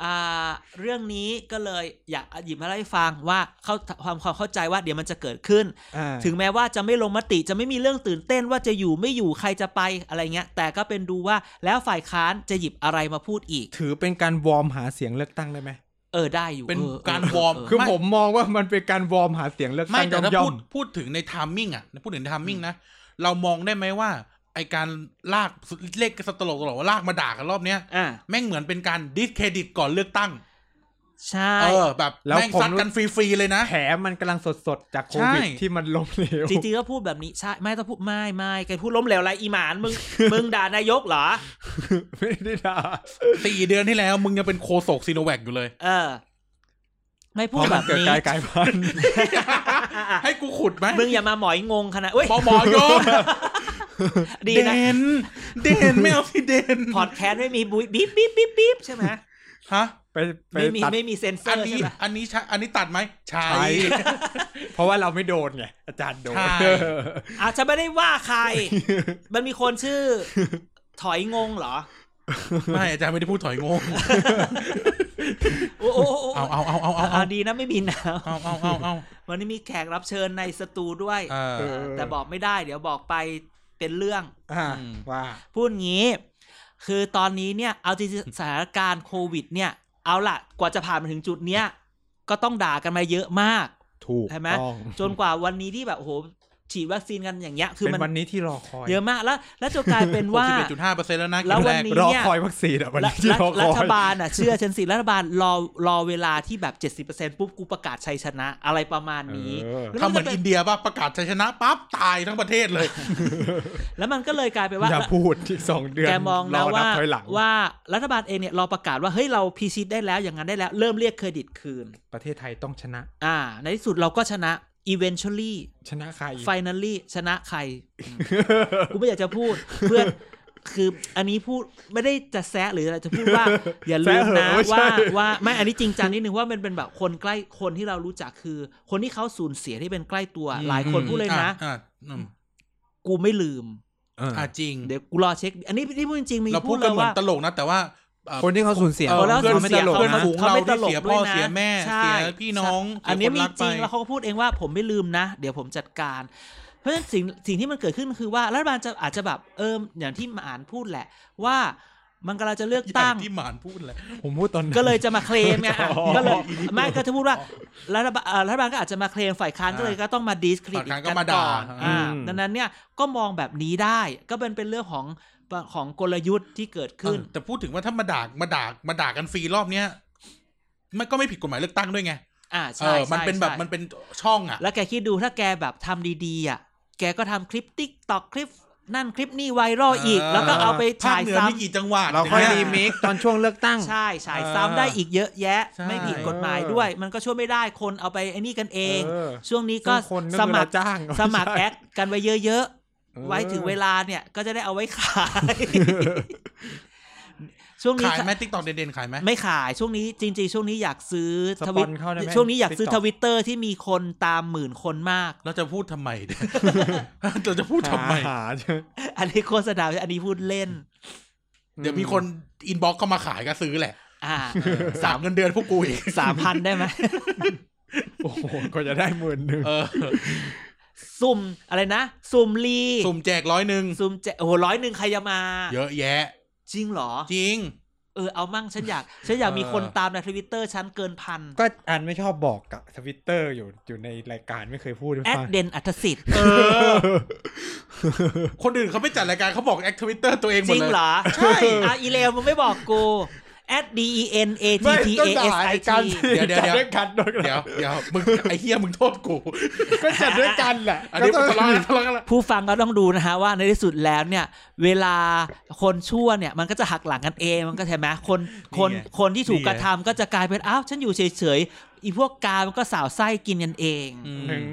C: อ่า เรื่องนี้ก็เลยอยากหยิบมาเล่าให้ฟังว่าเข้าความความเข้าใจว่าเดี๋ยวมันจะเกิดขึ้น
B: อ่า
C: ถึงแม้ว่าจะไม่ลงมติจะไม่มีเรื่องตื่นเต้นว่าจะอยู่ไม่อยู่ใครจะไปอะไรเงี้ย แต่ก็เป็นดูว่าแล้วฝ่ายค้านจะหยิบอะไรมาพูดอีก
B: ถือเป็นการวอร์มหาเสียงเลือกตั้งได้ไหม
C: เออได้อยู่
A: เป็น
C: ออ
A: การ
C: เ
A: วอร์ม
C: เ
B: คือผมมองว่ามันเป็นการวอร์มหาเสียงเลือก
A: ไม่
B: ตั้ง
A: แต่ถ้า
B: ย่อ
A: พู
B: ม
A: ดพูดถึงในทามมิ่งอะพูดถึงในทามมิ่งนะ เรามองได้ไหมว่า ไอการลากเลขสตลกตลกว่าลากมาด่ากันรอบเนี้ย
C: อ่า
A: แม่งเหมือนเป็นการดิสเครดิตก่อนเลือกตั้ง
C: ใช่
A: เออแบบแม่งซัดกันฟรีๆเลยนะ
B: ๆแผลมันกำลังสดๆ จากโควิด
A: ใช่
B: ที่มันล้มเหลว
C: จริงๆก็พูดแบบนี้ใช่ไม่ต้องพูดไม่ไม่แกพูดล้มเหลวอะไรอีหมานมึง มึงด่านายกเหรอ
B: ไม่ได้ด่า
A: สี่เดือนที่แล้วมึงยังเป็นโคศกซีโนแวคอยู่เลย
C: เออ ไม่
B: เพ
C: พูด
B: ราะ
C: แบ
B: มัน
C: บ
B: เกิด
C: นี้
B: การกลายพันธุ์
A: ให้กูขุดไหม
C: มึงอย่ามาหมอยงงขนาดเว้ย
A: หมอหมอยง
C: ดี
A: เด
C: นะ
A: นเดนไม่เอาสิเดน
C: พอดแคสต์ไม่มีบุยบิ๊บบิ๊บบิ๊บบิ๊บใช่ไหม
A: ฮะ
B: ไปไป
C: ไม่มี
B: ตัด
C: ไม่มีเซนเซอ
A: อัน
C: ร์
A: นี้
C: ใช่ไหม
A: อันนี้ใช่อันนี้ตัดไหมใช่
B: ใช่ เพราะว่าเราไม่โดนไง อาจารย์โดน
A: ใช่
B: เออ
C: อาจจะไม่ได้ว่าใคร มันมีคนชื่อ ถอยงงเหรอ
A: ไม่อาจารย์ไม่ได้พูดถอยงง
C: โอ้โหโอ้โหโอ้โห
A: เอาเอาเอาเอาเอา
C: อ่า
A: เอา
C: ดีนะไม่มีหนาว
A: เอาเอาเอาเอา
C: วันนี้มีแขกรับเชิญในสตูด้วย
A: เออ
B: เออ
C: แต่บอกไม่ได้ เดี๋ยวบอกไปเป็นเรื่อง
B: อ่า
A: อืม
B: ว่า
C: พูดงี้ คือตอนนี้เนี่ย เอาจริงๆสถานการณ์โควิด เนี่ย เอาละกว่าจะผ่านมาถึงจุดเนี้ย ก็ต้องด่ากันมาเยอะมาก
B: ถูก
C: ใช่ไหม
B: ต้อง
C: จนกว่าวันนี้ที่แบบโอ้โหฉีดวัคซีนกันอย่างเงี้ย คือ
B: เป็น
C: มัน
B: วันนี้ที่รอคอย
C: เยอะมากแล้ว แล้วจนกลายเป็น
A: หก
C: ว่า
A: สิบเอ็ดจุดห้าเปอร์เซ็นต์แล้วนะเข็ม
C: แล้ววัน
A: แรก
C: นี้
B: รอคอยวัคซีนอ่ะวัน
C: รั
B: นี้ที่รอค
C: รั
B: อย
C: ฐบาลอ่ะ เชื่อฉันสิรัฐบาลรอรอเวลาที่แบบเจ็ดสิบเปอร์เซ็นปุ๊บกูประกาศชัยชนะอะไรประมาณนี้
B: เออ
C: แล้ว
A: ทำเหมือน
C: ก็
A: อินเดียป่ะประกาศชัยชนะปั๊บตายทั้งประเทศเลย
C: แล้วมันก็เลยกลายเป็นว่า
B: อย่าพูดที่สองเดือน
C: แกมองนะ
B: ร
C: ว่า
B: บถอยหลัง
C: ว่ารัฐบาลเองเนี่ยรอประกาศว่าเฮ้ยเราพิชิตได้แล้วอย่างนั้นได้แล้ว เริ่มเรียกเครดิตคืน
B: ประเทศไทยต้องชนะ
C: อ่า ในที่สุดเราก็ชนะ eventually
B: ชนะใคร
C: finally ชนะใคร กูไม่อยากจะพูด เพื่อนคืออันนี้พูดไม่ได้จะแซะหรืออะไรจะพู ดว่า อย่าลืม
B: แซะเห
C: นะ
B: อะไม่ใช่
C: ว่าว่าไม่อันนี้จริงจังนิดนึงว่ามันเป็นแบบคนใกล้คนที่เรารู้จักคือ คนที่เขาสูญเสียที่เป็นใกล้ตัว หลายคนพูดเลยนะ
A: อ่าอืม
C: กูไม่ลืม
B: เออ
A: อ่าจริง
C: เดี๋ยวกูรอเช็ค อันนี้ที่พูดจริงๆมี
A: เราพู
C: พู
A: ด
C: ด
A: กั
C: เล
A: น
C: ย
A: เหมือน
C: ว่า
A: ตลกนะ แต่ว่าเอ่อ
B: คนที่เขาสูญเสีย
A: เออแล้ว
B: เพื่อน
C: สูญ
B: ไม่
C: เสี
B: ต
C: ย
B: ลก
C: เพื่อน
B: นะ
A: ฝูง
C: เขา
A: เรา
C: ไม่ต
A: ที่
C: ลก
A: เสียพ่
C: ด้
A: อ
C: วยนะ
A: เสียแม่
C: ใช่
A: เสียพี่น้อง
C: อัน
A: เสี
C: นี้
A: ยคน
C: มี
A: รัก
C: จ
A: ไป
C: ริงแล้วเขาก็พูดเองว่าผมไม่ลืมนะ เดี๋ยวผมจัดการ เพราะฉะนั้นสิ่งสิ่งที่มันเกิดขึ้นคือว่ารัฐบาลจะอาจจะแบบเอออย่างที่หมานพูดแหละ ว่ามันกำลังจะเลือก
A: ตั้
C: ตั้
A: ง
C: ง
A: ที่หมานพูดแหละ
B: ผมพูดตอนนั้น
C: ก็เลยจะมาเคลมไงอ่ะ
B: อ๋อ
C: ก็เลยไม่ก็จะพูดว่ารัฐบาลเอ่อรัฐบาลก็อาจจะมาเคลมฝ่ายค้านก็เลยก็ต้องมาดิสเครดิต
A: ฝ่ายค้านก็
C: กัน
A: มา
C: ก่
A: ด่า
C: อนอ่า
B: อืม
C: ดังนั้นเนี่ยก็มองแบบนี้ได้ ก็เป็นเป็นเรื่องของของกลยุทธ์ที่เกิดขึ้น
A: เออแต่พูดถึงว่าถ้ามาด่ามาด่ามาด่ากันฟรีรอบเนี้ยมันก็ไม่ผิดกฎหมายเลือกตั้งด้วยไง
C: อ่า
A: เอ
C: ใช่
A: อมัน
C: ใช่
A: เป็นแบบ
C: ใช่
A: มันเป็นช่องอ่ะ
C: แล้วแกคิดดูถ้าแกแบบทำดี ๆ อ่ะ แกก็ทำคลิปติ๊กตอกคลิป นั่นคลิปนี่ไวรัลอีก แล้วก็เอาไป
A: ภาค
C: ฉาย
A: เหนือ
C: ซ้
A: มีกี่จังหวัด
B: เราค่อย
A: นี่
B: รีเมคตอนช่วงเลือกตั้ง
C: ำใช่ฉาย
A: เออ
C: ซ้ำได้อีกเยอะแยะ
A: ใช่
C: ไม่ผิดกฎหมายด้วย มันก็ช่วยไม่ได้คนเอาไปไอ้นี่กันเอง
B: เออ
C: ช่วงนี้ก็
B: ซึ่งคนก็
C: ส
B: คือ
C: มั
B: เรา
C: คร
B: จ้าง
C: สมัครแอคกันไว้เยอะ
B: ออ
C: ๆ ไว้ถึงเวลาเนี่ยก็จะได้เอาไว้ขาย ช่วงนี้
A: ขายไหมติ๊กตอกเด่นๆขายไหม
C: ไม่ขายช่วงนี้จริง ๆ ช่วงนี้อยากซื้อ
B: ส
C: ท
B: ป
C: วิ
B: อ
C: ต
B: นเข้าได้ไหม
C: ช่วงนี้อยากซื้อ
B: TikTok
C: ทวิตเตอร์ที่มีคนตามหมื่นคนมาก
A: เราจะพูดทำไม เนี่ย เราจะพูดทำไม
B: หาใช่ไหม
C: อันนี้โฆษณาอันนี้พูดเล่น
A: เดี๋ยวมีคนอินบ็อกเข้ามาขายก็ซื้อแหละ
C: อ่า
A: สามเงินเดือนพวกกูอีก
C: สามพันได้ไหม
B: โอ้โหก็จะได้หมื่นหนึ่ง
A: เออ
C: สุ่มอะไรนะ สุ่มลี
A: สุ่มแจกร้อยหนึ่ง
C: สุ่มเจโอ้โหร้อยหนึ่งใครจะมา
A: เยอะแยะ
C: จริงเหรอ
A: จริง
C: เออ เอามั่งฉันอยาก ฉันอยาก
A: เออ
C: มีคนตามในทวิตเตอร์ฉันเกินพัน
B: ก็อันไม่ชอบบอกกับทวิตเตอร์อยู่อยู่ในรายการไม่เคยพูดให้
C: แอด
B: ฟัง
C: เดนอัตสิทธิ์
A: เอ อ คนอื่นเขาไม่จัดรายการเขาบอกแอคทวิตเตอร์ตัวเองหม
C: จ
A: ด
C: ริง
A: เลย
C: เหรอ ใช่อ่ะอีเลวมึงไม่บอกกูแอด d e n a t
B: ไม่
C: t
B: ต้อง
C: a
B: ด่า
C: s
B: ไอ้
C: i
B: กา
C: t
B: รที่
A: เดี๋ยวเดี๋ยวเดี๋ยว
B: จัด้วยกันด้วยกัน
A: เดี๋ยวเดี๋ยวมึงไอ้เฮียมึงโทษกู
B: ก็จัดด้วยกันแหละ
A: อันนี้
B: ก็
A: มัน
B: ต้
A: ทะเลาะกัน
B: อง
A: ทะเลาะกันละ
C: ผู้ฟังก็ต้องดูนะฮะว่าในที่สุดแล้วเนี่ย เวลาคนชั่วเนี่ย มันก็จะหักหลังกันเองมันก็ใช่ไหมคนคนคนที่ถูกกระทำก็จะกลายเป็นอ้าวฉันอยู่เฉยๆอีพวกกามันก็สาวไส้กินกันเอง
B: หนึ่ง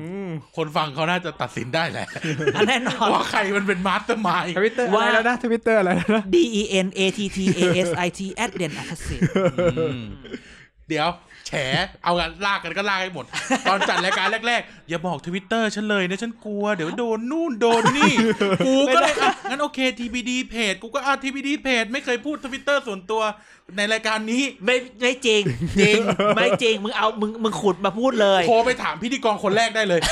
A: คนฟังเขาน่าจะตัดสินได้ แหละ
C: อันแน่น อน
A: ว่าใครมันเป็นมาสเตอร์มาย
B: ทวิตเตอร์
C: ว่า
B: อะไรแล้วนะทวิตเตอร์อะไรแล้วนะ
C: D E N A T T A S I T แอดเดนอัศสิ
A: เดี๋ยว แฉเอากันลากกันก็ลากให้หมด ตอนจัดรายการแรก ๆ อย่าบอกทวิตเตอร์ฉันเลยนะฉันกลัว เดี๋ยวโดนนู่นโดนนี่ กูก็เลยอ่ะงั้นโอเค TBD เพจกูก็อ่ะ TBD เพจไม่เคยพูดทวิตเตอร์ส่วนตัวในรายการนี้
C: ไม่ไม่จริงจริงไม่จริงมึงเอามึงมึงขุดมาพูดเลย
A: โทรไปถามพิธีกรคนแรกได้ เลย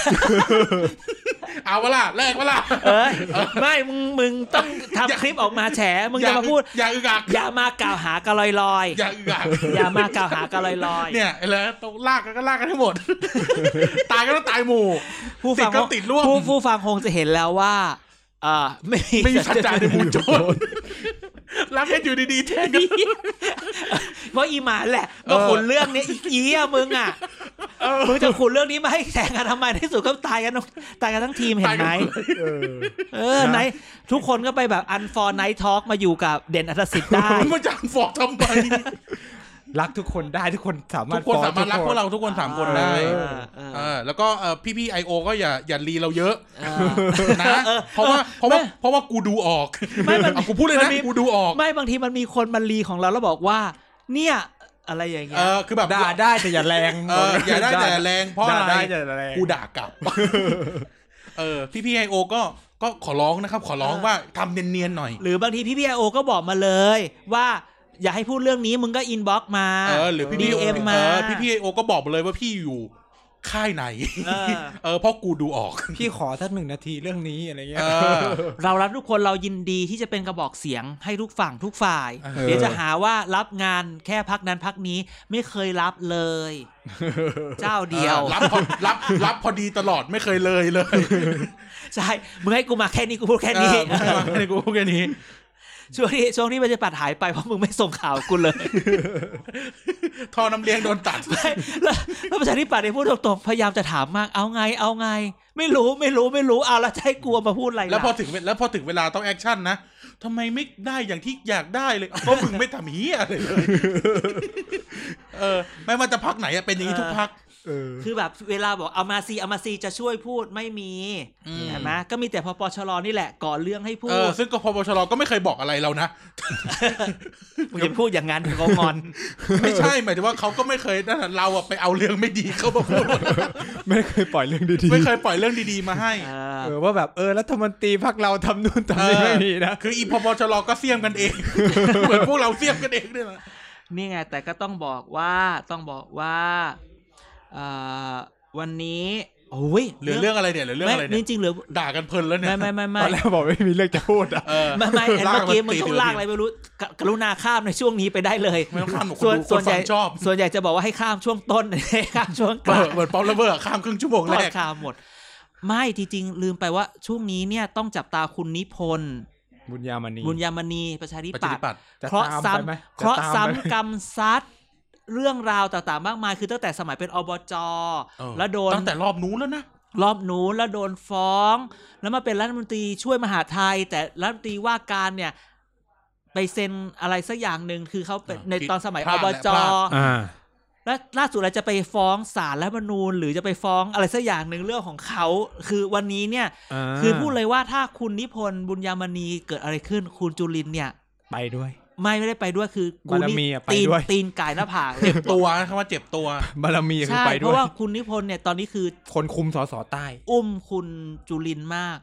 A: เอาเวล่ะแรกเวล่ะ
C: เอ้ยไม่มึงมึงต้องทำคลิปออกมาแฉ มึงจะมาพูด
A: อย่าอึกอัก
C: อย่ามากล่าวหากันลอย
A: อย่าอึกอัก
C: ๆอย่ามากล่าวหากันลอยๆ
A: เนี่ยไอ้แล้วต้องลากกันก็ลากกันให้ หมด ตายก็ต้องตายหมู่
C: ผู้ฟัง
A: ติดก็ติดร่วม
C: ผู้ผู้ฟังคงจะเห็นแล้วว่าเอ่อไม่
A: ไม่มีสัจจะในหมู่โจร รักกันอยู่ดีๆแท้ กัน
C: เพราะอีหมาแหละมาขุนเรื่องเนี้ยอีเอี้ยมึงอ่ะมึงจะขุนเรื่องนี้มาให้แข่งกันทำไมในที่สุดก็ตายกันทั้งตายกันทั้งทีมเห็นไหม
A: ตายกันหมด
B: เออ
C: เออ
B: นะ
C: ไหนทุกคนก็ไปแบบอันฟอร์ไนท์ทอล์กมาอยู่กับเด่นอัธสิทธิ์ได้
A: มาจานฟอกทำไม
B: รักทุกคนได้ทุกคนสามา
A: ทุ
B: รถ
A: กคน
B: ฟ้อง
A: สามารถรักพวกเราทุกคนสามคนได้
C: เออเออ
A: เออแล้วก็เอ่อพี่ๆไอโอก็อย่าอย่ารีเราเยอะ
C: เออ
A: นะเพราะว่าเพราะว่า
C: ไม่
A: เพราะว่ากูดูออก
C: ไม่มัน
A: เอากูพูดเลย
C: มั
A: นะ
C: นมี
A: กูดูออก
C: ไม่บางทีมันมีคนมารีของเราแล้วบอกว่า เนี่ยอะไรอย่างเงี้
A: เอย อคือแบบ
B: ด่าได้แต่อย่าแรง
A: เอออย่าได้แต่แรงเพราะ
B: ด่า
A: อะไร
B: ได้แต่อย่าแรง
A: กูด่ากลับ เออ พี่พี่ไอโอก็ ก็ขอร้องนะครับ ขอร้องว่าทำเนียนๆหน่อย
C: หรือบางทีพี่พีโอก็บอกมาเลย ว่าอย่าให้พูดเรื่องนี้มึงก็อินบ็อกมา
A: เออหรือพี่
C: DM
A: พี่เอ
C: มา
A: อพี่พี่โอก็บอกมาเลยว่าพี่อยู่ค่ายไหน
C: เออ
A: เออเพราะกูดูออก
B: พี่ขอสักหนึ่งนาทีเรื่องนี้อะไรเงี้
A: เอย อ
C: เรารับทุกคนเรายินดีที่จะเป็นกระบอกเสียงให้ทุกฝั่งทุกฝ่าย
A: เออ
C: เดี๋ยวจะหาว่ารับงานแค่พักนั้นพักนี้ไม่เคยรับเลย เจ้าเดียว
A: ออรับพอรับรับพอดีตลอดไม่เคยเลยเลย
C: ใช่มึงให้กูมาแค่นี้กูพูดแค่
A: เอ
C: นี้
A: อไม่ใช่ว่าไม่ได้กูพูดแค่นี้
C: ช่วงที่ช่วงที่มันจะปัดหายไปเพราะมึงไม่ส่งข่าวกูเลย
A: ท่อน้ำเลี้ยงโดนตัด
C: แล้วแล้วประชาธิปัตย์เนี่ยพูดตรงๆพยายามจะถามมากเอาไงเอาไง ไม่รู้ไม่รู้ไม่รู้เอาแล้วจะให้กลัวมาพูดอะไร
A: แล้วพอ
C: ล่ะ
A: ถึงเวแล้วพอถึงเวลาต้องแอคชั่นนะทำไมไม่ได้อย่างที่อยากได้เลยเพราะมึงไม่ทำเฮียอะไร เลย เออ ไม่ว่าจะพักไหนอะเป็นอย่างนี้ทุกพัก
B: เออ
C: คือแบบเวลาบอกเอามาซีเอามาซีจะช่วยพูดไม่มี
A: อืม
C: เห็นไหมก็มีแต่พอปชรนี่แหละก่อเรื่องให้พู
A: เออ
C: ด
A: ซึ่งกพปชรก็ไม่เคยบอกอะไรเรา นะ
C: คุณจะพูดอย่าง นั้นเขางอน
A: ไม่ใช่หมายถึงว่าเขาก็ไม่เคยนั่นน่ะเราอะไปเอาเรื่องไม่ดีเขามาพูด
B: ไม่เคยปล่อยเรื่องดี
A: ไม่เคยปล่อยเรื่องดีๆมาให้
C: เอ
B: ๆ
C: อ
B: เออว่าแบบเออรัฐมนตรีพักเราทำนู่นทำนี่ไม่มีนะ
A: คืออีพปชรก็เสี่ยมกันเอง เหมือนพวกเราเสี่ยมกันเองเนี่ยนะ
C: นี่ไงแต่ก็ต้องบอกว่าต้องบอกว่าเอ่อวันนี้โอ้ย
A: เหลือเรื่องอะไรเนี่ยเหลือเรื่องอะไร
C: ไม่
A: เนี่ย
C: จริงๆเหลือ
A: ด่ากันเพลินแล้วเนี่ย
C: ไม่ไม่ไม่
B: ตอนแร
C: ไม่
B: กบอกไม่มีเรื่องจะพูดอ่ะ
A: เออ
C: ไม่ไม่เห็นเมื่อกี้
A: ลากมัน
C: มึงต้อง
A: ติดอยู่
C: ลากอะไรไม่รู้กกรุณาข้ามในช่วงนี้ไปได้เลย
A: ไม่ต้องข้ามหรอก
C: ส่วน
A: คนดู
C: ส่วนใหญ่
A: คนฟังชอบ
C: ส่วนใหญ่จะบอกว่าให้ข้ามช่วงต้น ให้ข้ามช่วงก
A: เอ
C: ลา
A: อง เหมือนป๊อประเบิดข้ามครึ่งชั่วโมง
C: ต
A: แร
C: อน
A: ก
C: ข้ามหมด ไม่จริงๆลืมไปว่าช่วงนี้เนี่ยต้องจับตาคุณนิพนธ์
B: บุญยามณี
C: บุญยามณีประชาธิ
A: ประชา
C: ปัต
A: ธิ
C: ย
A: ปัตย์
B: จะ
C: เคราะห์
B: ตมไปไหม
C: ซ้ำเคราะห์
B: จตมไปไหม
C: ซ้ำกรรมซัดเรื่องราวต่างๆ มากมาย คือตั้งแต่สมัยเป็นอบจ
A: เออ
C: แล้วโดน
A: ตั้งแต่รอบนู้น แล้วนะ
C: รอบนู้นแล้วโดนฟ้อง แล้วมาเป็นรัฐมนตรีช่วยมหาดไทย แต่รัฐมนตรีว่าการเนี่ย ไปเซ็นอะไรสักอย่างหนึ่งคือเขาเป็น
A: อ่า
C: ในตอนสมัย
A: พ
C: อ
A: ลา
C: บ
A: ดแหละ
C: จ
A: พลาด
B: อ่า
C: แล้วล่าสุดเราจะไปฟ้องศาลรัฐธรรมนูญ หรือจะไปฟ้องอะไรสักอย่างหนึ่งเรื่องของเขา คือวันนี้เนี่ย คือพูดเลยว่าถ้าคุณนิพนธ์บุญยามณีเกิดอะไรขึ้น คุณจุลินทร์เนี่ย
B: ไปด้วย
C: ไม่ไม่ได้ไปด้วยคือกู
B: บารมี
C: นี่
B: อะไป
C: ตีน
B: ด้วย
C: ตีนไก่หน้าผากเลย
A: เจ็บตัวนะคำว่าเจ็บตัว
B: บารมีคือ
C: ใช่
B: ไป
C: เพ
B: ด้ว
C: ราะ
B: ย
C: ว่าคุณนิพนธ์เนี่ยตอนนี้คือ
B: คนคุมสสใต้
C: อุ้มคุณจุลินทร์มาก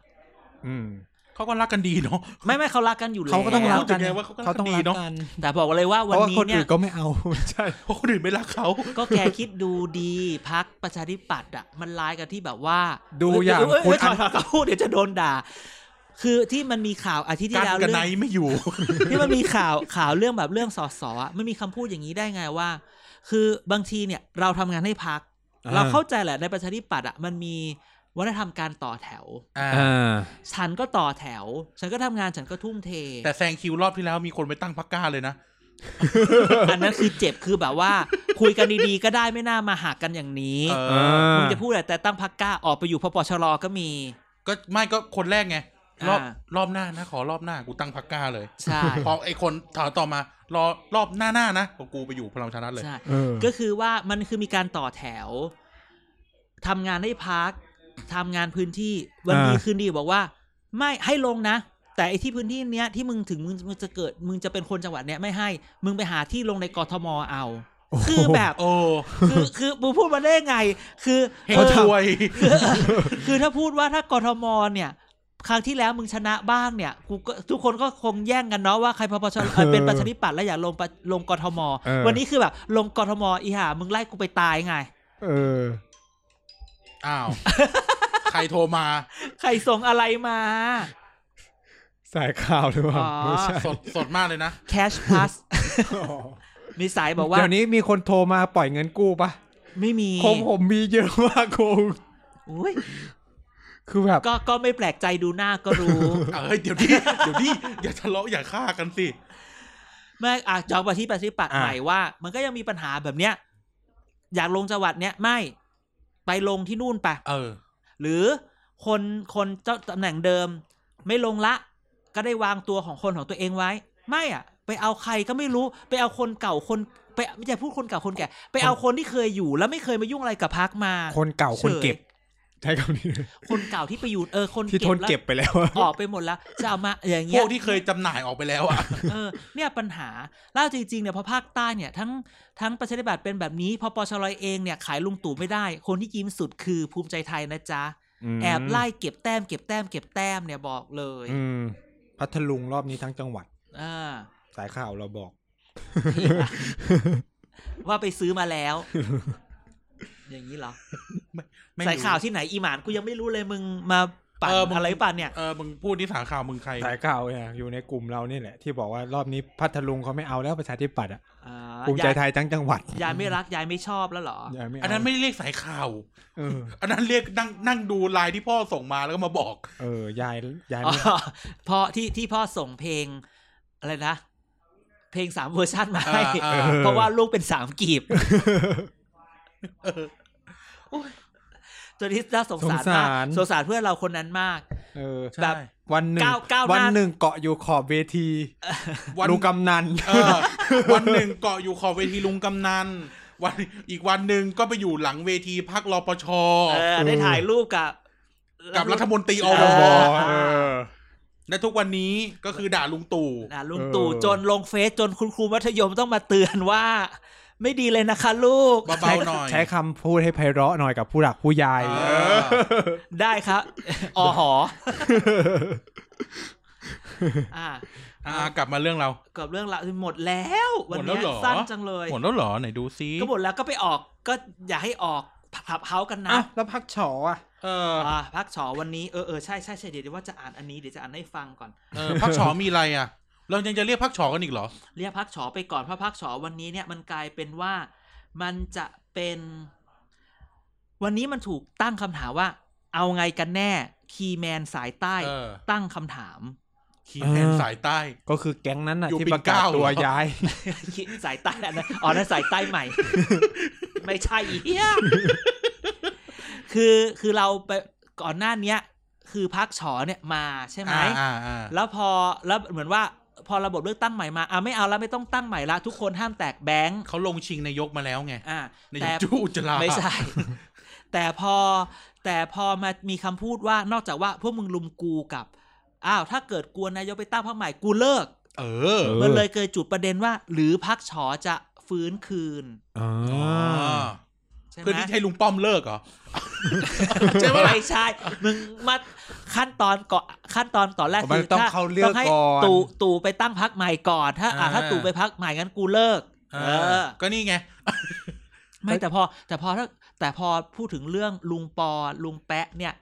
B: อืม
A: เขาก็รักกันดีเนาะ
C: ไม่ไม่เขารักกันอยู่แล้ว
B: เขาก็ต้องรักกัน
A: ไงว่าเขาก็รักกัน
B: เขาต้องรั
A: ดี
B: ก
A: เนอะ
B: กัน
C: แต่บอกเลยว่า
B: เพ
C: วัน
B: ราะว่า
C: นี้
B: คน
C: เนี่
B: อื่
C: ย
B: นก็ไม่เอา ใช่
A: เพราะคนอื่นไม่รักเขา
C: ก็แกคิดดูดีพักประชาธิปัตย์อ่ะมันร้ายกันที่แบบว่า
B: ดูอย่างคุณ
C: เเเถ
B: อั
C: อน ดเขาพูดเดี๋ยวจะโดนด่า คือที่มันมีข่าวอาทิตย์
A: กั
C: ที่
A: น
C: แล้ว
A: กับ
C: เรื่
A: ไน
C: อง
A: ท์ไม่อยู่
C: ที่มันมีข่าวข่าวเรื่องแบบเรื่องสอสอะมันมีคำพูดอย่างนี้ได้ไงว่า คือบางทีเนี่ยเราทำงานให้พัก เราเข้าใจแหละในประชาธิปัตย์อ่ะมันมีวัฒนธรรมการต่อแถว
A: อ่า
B: อ่า
C: ฉันก็ต่อแถว ฉันก็ทำงานฉันก็ทุ่มเท
A: แต่แซงคิวรอบที่แล้วมีคนไปตั้งพักก้าเลยนะ
C: อันนั้นคือเจ็บคือแบบว่า คุยกันดีๆ ก็ได้ไม่น่ามาหักกันอย่างนี้
A: เออ
C: มึงจะพูดอะไรแต่ตั้งพักกล้าออกไปอยู่พปชรก็มี
A: ก็ไม่ก็คนแรกไง รอบ
C: อ่า
A: รอบหน้านะ ขอรอบหน้ากูตั้งพักก้าเลย
C: ใช่
A: พอไอคนถามต่อมารอรอบหน้าหน้านะของกูไปอยู่พลังประชารัฐเลย
C: ใช่
B: เออ
C: ก็คือว่ามันคือมีการต่อแถวทำงานให้พักทำงานพื้นที่วันดี
B: อ่า
C: คืนดีบอกว่า ไม่ให้ลงนะ แต่ไอที่พื้นที่เนี้ยที่มึงถึงมึงมึงจะเกิดมึงจะเป็นคนจังหวัดเนี้ยไม่ให้ มึงไปหาที่ลงในกทมเอา คือแบบ
A: โอ้
C: คือคือมึงพูดมาได้ไง คือ
A: เฮง
C: ออ
A: รวย
C: คือ คือถ้าพูดว่าถ้ากรทมเนี่ย ครั้งที่แล้วมึงชนะบ้างเนี่ยกูก็ทุกคนก็คงแย่งกันเนาะว่าใครพปชเอ่อเป็นประชาธิปัตย์แล้วอยากลงปะลงกรทม
B: เออ
C: วันนี้คือแบบลงกรทมอีห่ามึงไล่กูไปตายไง
B: เออ
A: อ้าว ใครโทรมา
C: ใครส่งอะไรมา
B: สายข่าวหรือเปล่า
C: อ๋อ
B: ไม่ใช่
A: สดสดมากเลยนะ
C: Cash Plus มีสายบอกว่า
B: เดี๋ยวนี้มีคนโทรมาปล่อยเงินกู้ปะ
C: ไม่มี
B: ของผมมีเยอะมากโกง
C: อุ๊ย
B: คือแบบ
C: ก็ก็ไม่แปลกใจดูหน้าก็รู้
A: เอ้ยเดี๋ยวดิเดี๋ยวดิอย่าทะเลาะอย่าฆ่ากันสิ
C: ไม่อ่ะจองไปที่ประชาธิปัตย์
B: อ่ะ
C: ใหม่ว่า มันก็ยังมีปัญหาแบบเนี้ยอยากลงจังหวัดเนี้ยไม่ไปลงที่นู่นไป
A: เออ
C: หรือคนคนเจ้าตำแหน่งเดิม ไม่ลงละ ก็ได้วางตัวของคนของตัวเองไว้ ไม่อ่ะ ไปเอาใครก็ไม่รู้ ไปเอาคนเก่าคนไปไม่ใช่พูดคนเก่าคนแก่ ไปเอาคนที่เคยอยู่ แล้วไม่เคยมายุ่งอะไรกับพักมา
B: คนเก่าคนเก็บ
C: เฉ
B: ใช้คำนี้เลย
C: คนเก่าที่ไปอยู่เออคน
B: ที่ทนเก็บไปแล้วอะ
C: แล้วออกไปหมดแล้วจะเอามาอย่าง
A: พ
C: เงี้
A: วย กที่เคยจำหน่ายออกไปแล้วอะ
C: เออเนี่ยปัญหาแล้วจริงๆเนี่ยพอภาคใต้เนี่ยทั้งทั้งประชาธิปัตย์เป็นแบบนี้พอปชรเองเนี่ยขายลุงตู่ไม่ได้ คนที่ยิ้มสุดคือภูมิใจไทยนะจ๊ะ
B: ม
C: แอบไล่เก็บแต้มเก็บแต้มเก็บแต้มเนี่ยบอกเลย
B: อืมพัทลุงรอบนี้ทั้งจังหวัด
C: อ่า
B: สายข่าวเราบอก
C: ว่าไปซื้อมาแล้ว อย่างนี้เหรอ
A: แม่ง
C: สาย
A: ดู
C: ข่าวที่ไหนอีหมานกูยังไม่รู้เลยมึงมาปั่น
A: เออมึง
C: อะไรปั่นเนี่ย
A: เออมึงพูดที่สาข่าวมึงใคร
B: สายข่าวเนี่ยอยู่ในกลุ่มเรานี่แหละ ที่บอกว่ารอบนี้พัทลุงเขาไม่เอาแล้วประชาธิปัตย์อะ
C: อ่า
B: ภูมิใจไทยทั้งจังหวัด
C: ยายยายไม่รักยายไม่ชอบแล้วเหรอ
B: ยายไม่เา
A: อันนั้นไม่ได้เรียกสายข่าว
B: เออ
A: อันนั้นเรียกนั่งนั่งดูไลน์ที่พ่อส่งมาแล้วก็มาบอก
B: เออยายยาย
C: อ๋อ
B: ไม่
C: พ่อที่ที่พ่อส่งเพลงอะไรนะ เพลงสามเวอร์ชันมาให้
A: อ่า
B: อ่า
C: เพราะว่าลูกเป็นสามกีบ
A: เออ
C: ตัวนี้น่าสงสารมาก
B: สงสาร
C: สงสารเพื่อนเราคนนั้นมาก
B: เออ
A: ใช่
C: แบบ
B: วันหนึ่ง
C: ก้าวก้าวหน้า
B: วันหนึ่งเกาะอยู่ขอบเวที
A: วัน
B: ลูกกำนัน
A: เออวันหนึ่งเกาะอยู่ขอบเวทีลุงกำนันวันอีกวันหนึ่งก็ไปอยู่หลังเวทีพักรอปช
C: เออ ได้ถ่ายรูปกับ
A: กับรัฐมนตรีอ
C: เ
A: ว
B: บอ
C: เอ
B: เออ
A: และทุกวันนี้ก็คือด่าลุงตู่
C: นะลุงตู่
B: เออ
C: จนลงเฟซจนคุณครูมัธยมต้องมาเตือนว่า ไม่ดีเลยนะคะลูก
A: เบาๆหน่อย
B: ใช้คำพูดให้ไพเราะหน่อยกับผู้หลักผู้ใหญ่
A: เออ
C: ได้ ครับ อหออ่ะ
A: อ่ากลับมาเรื่องเรา
C: กับเรื่องละหมดแล้ว วัน
A: หมดแล้ว
C: เนี้ย
A: เหรอ
C: สั้นจังเลย
A: หมดแล้วเหรอไหนดูซิ
C: ก็หมดแล้วก็ไปออกก็อย่าให้ออกผับเฮากันนะ
B: เอ้าแล้วพักฉออ่ะ
A: เออ
C: อ่ะพักฉอวันนี้เออเออใช่ใช่ใช่เดี๋ยวเดี๋ยวว่าจะอ่านอันนี้เดี๋ยวจะอ่านให้ฟังก่อน
A: เออพักฉอมีอะไรอ่ะ เรายังจะเรียกพักฉอกันอีกเหรอ
C: เรียกพักฉอไปก่อนเพราะพักฉอวันนี้เนี่ยมันกลายเป็นว่ามันจะเป็น วันนี้มันถูกตั้งคำถามว่า เอาไงกันแน่คีแมนสายใต้
A: เออ
C: ตั้งคำถาม
A: ขีแทนสายใต้
B: ก็คือแก๊งนั้นน่ะ
A: อยู่
B: ที่
A: ปิ่น
B: ประกา
A: เก
B: ศ
A: ล้า
B: ตัวย้าย
C: สายใต้อันนั้นอ๋อนั่นสายใต้ใหม่ ไม่ใช่อีเหี้ยคือคือเราไปก่อนหน้าเนี้ย คือพักฉอเนี่ยมาใช่ไหม
A: อ่าอ่าอ่า
C: แล้วพอแล้วเหมือนว่า พอระบบเลือกตั้งใหม่มาอ่ะไม่เอาแล้วไม่ต้องตั้งใหม่ละทุกคนห้ามแตกแบงค์
A: เขาลงชิงนายกมาแล้วไง
C: อ่ะ
A: นาย
C: แต่
A: กจูอุจจาระ
C: ไม่ใช่ แต่พอแต่พอมามีคำพูดว่านอกจากว่าพวกมึงลุมกูกับ อ้าวถ้าเกิดกวนนายกไปตั้งพรรคใหม่กูเลิก
A: เออ
B: ออ
C: มันเลยเกิดจุดประเด็นว่า หรือพักฉอจะฟื้นคืน
B: อ๋อ
A: อ๋อ
C: ใช่ไหม
A: เพื่อที่จะให้ลุงป้อมเลิกเหรอ ใช่ปะล่ะ
C: ไม่ใช่มึงมาขั้นตอนก่อนขั้นตอนตอนแรก
B: มัน
C: คือ
B: ต้อง
C: ถ้
B: เข้าเลือก
C: ต้งให้
B: ก่อน
C: ตู่ตู่ไปตั้งพักใหม่ก่อนถ้าอ่ะถ้า
A: อ่า
C: ตู่ไปพักใหม่งั้นกูเลิก
A: เอ
C: เอ
A: อ
C: อ
A: ก็นี่ไง
C: ไม่แต่พอแต่พอถ้าแต่พอพูดถึงเรื่องลุงปอลุงแปะเนี่ย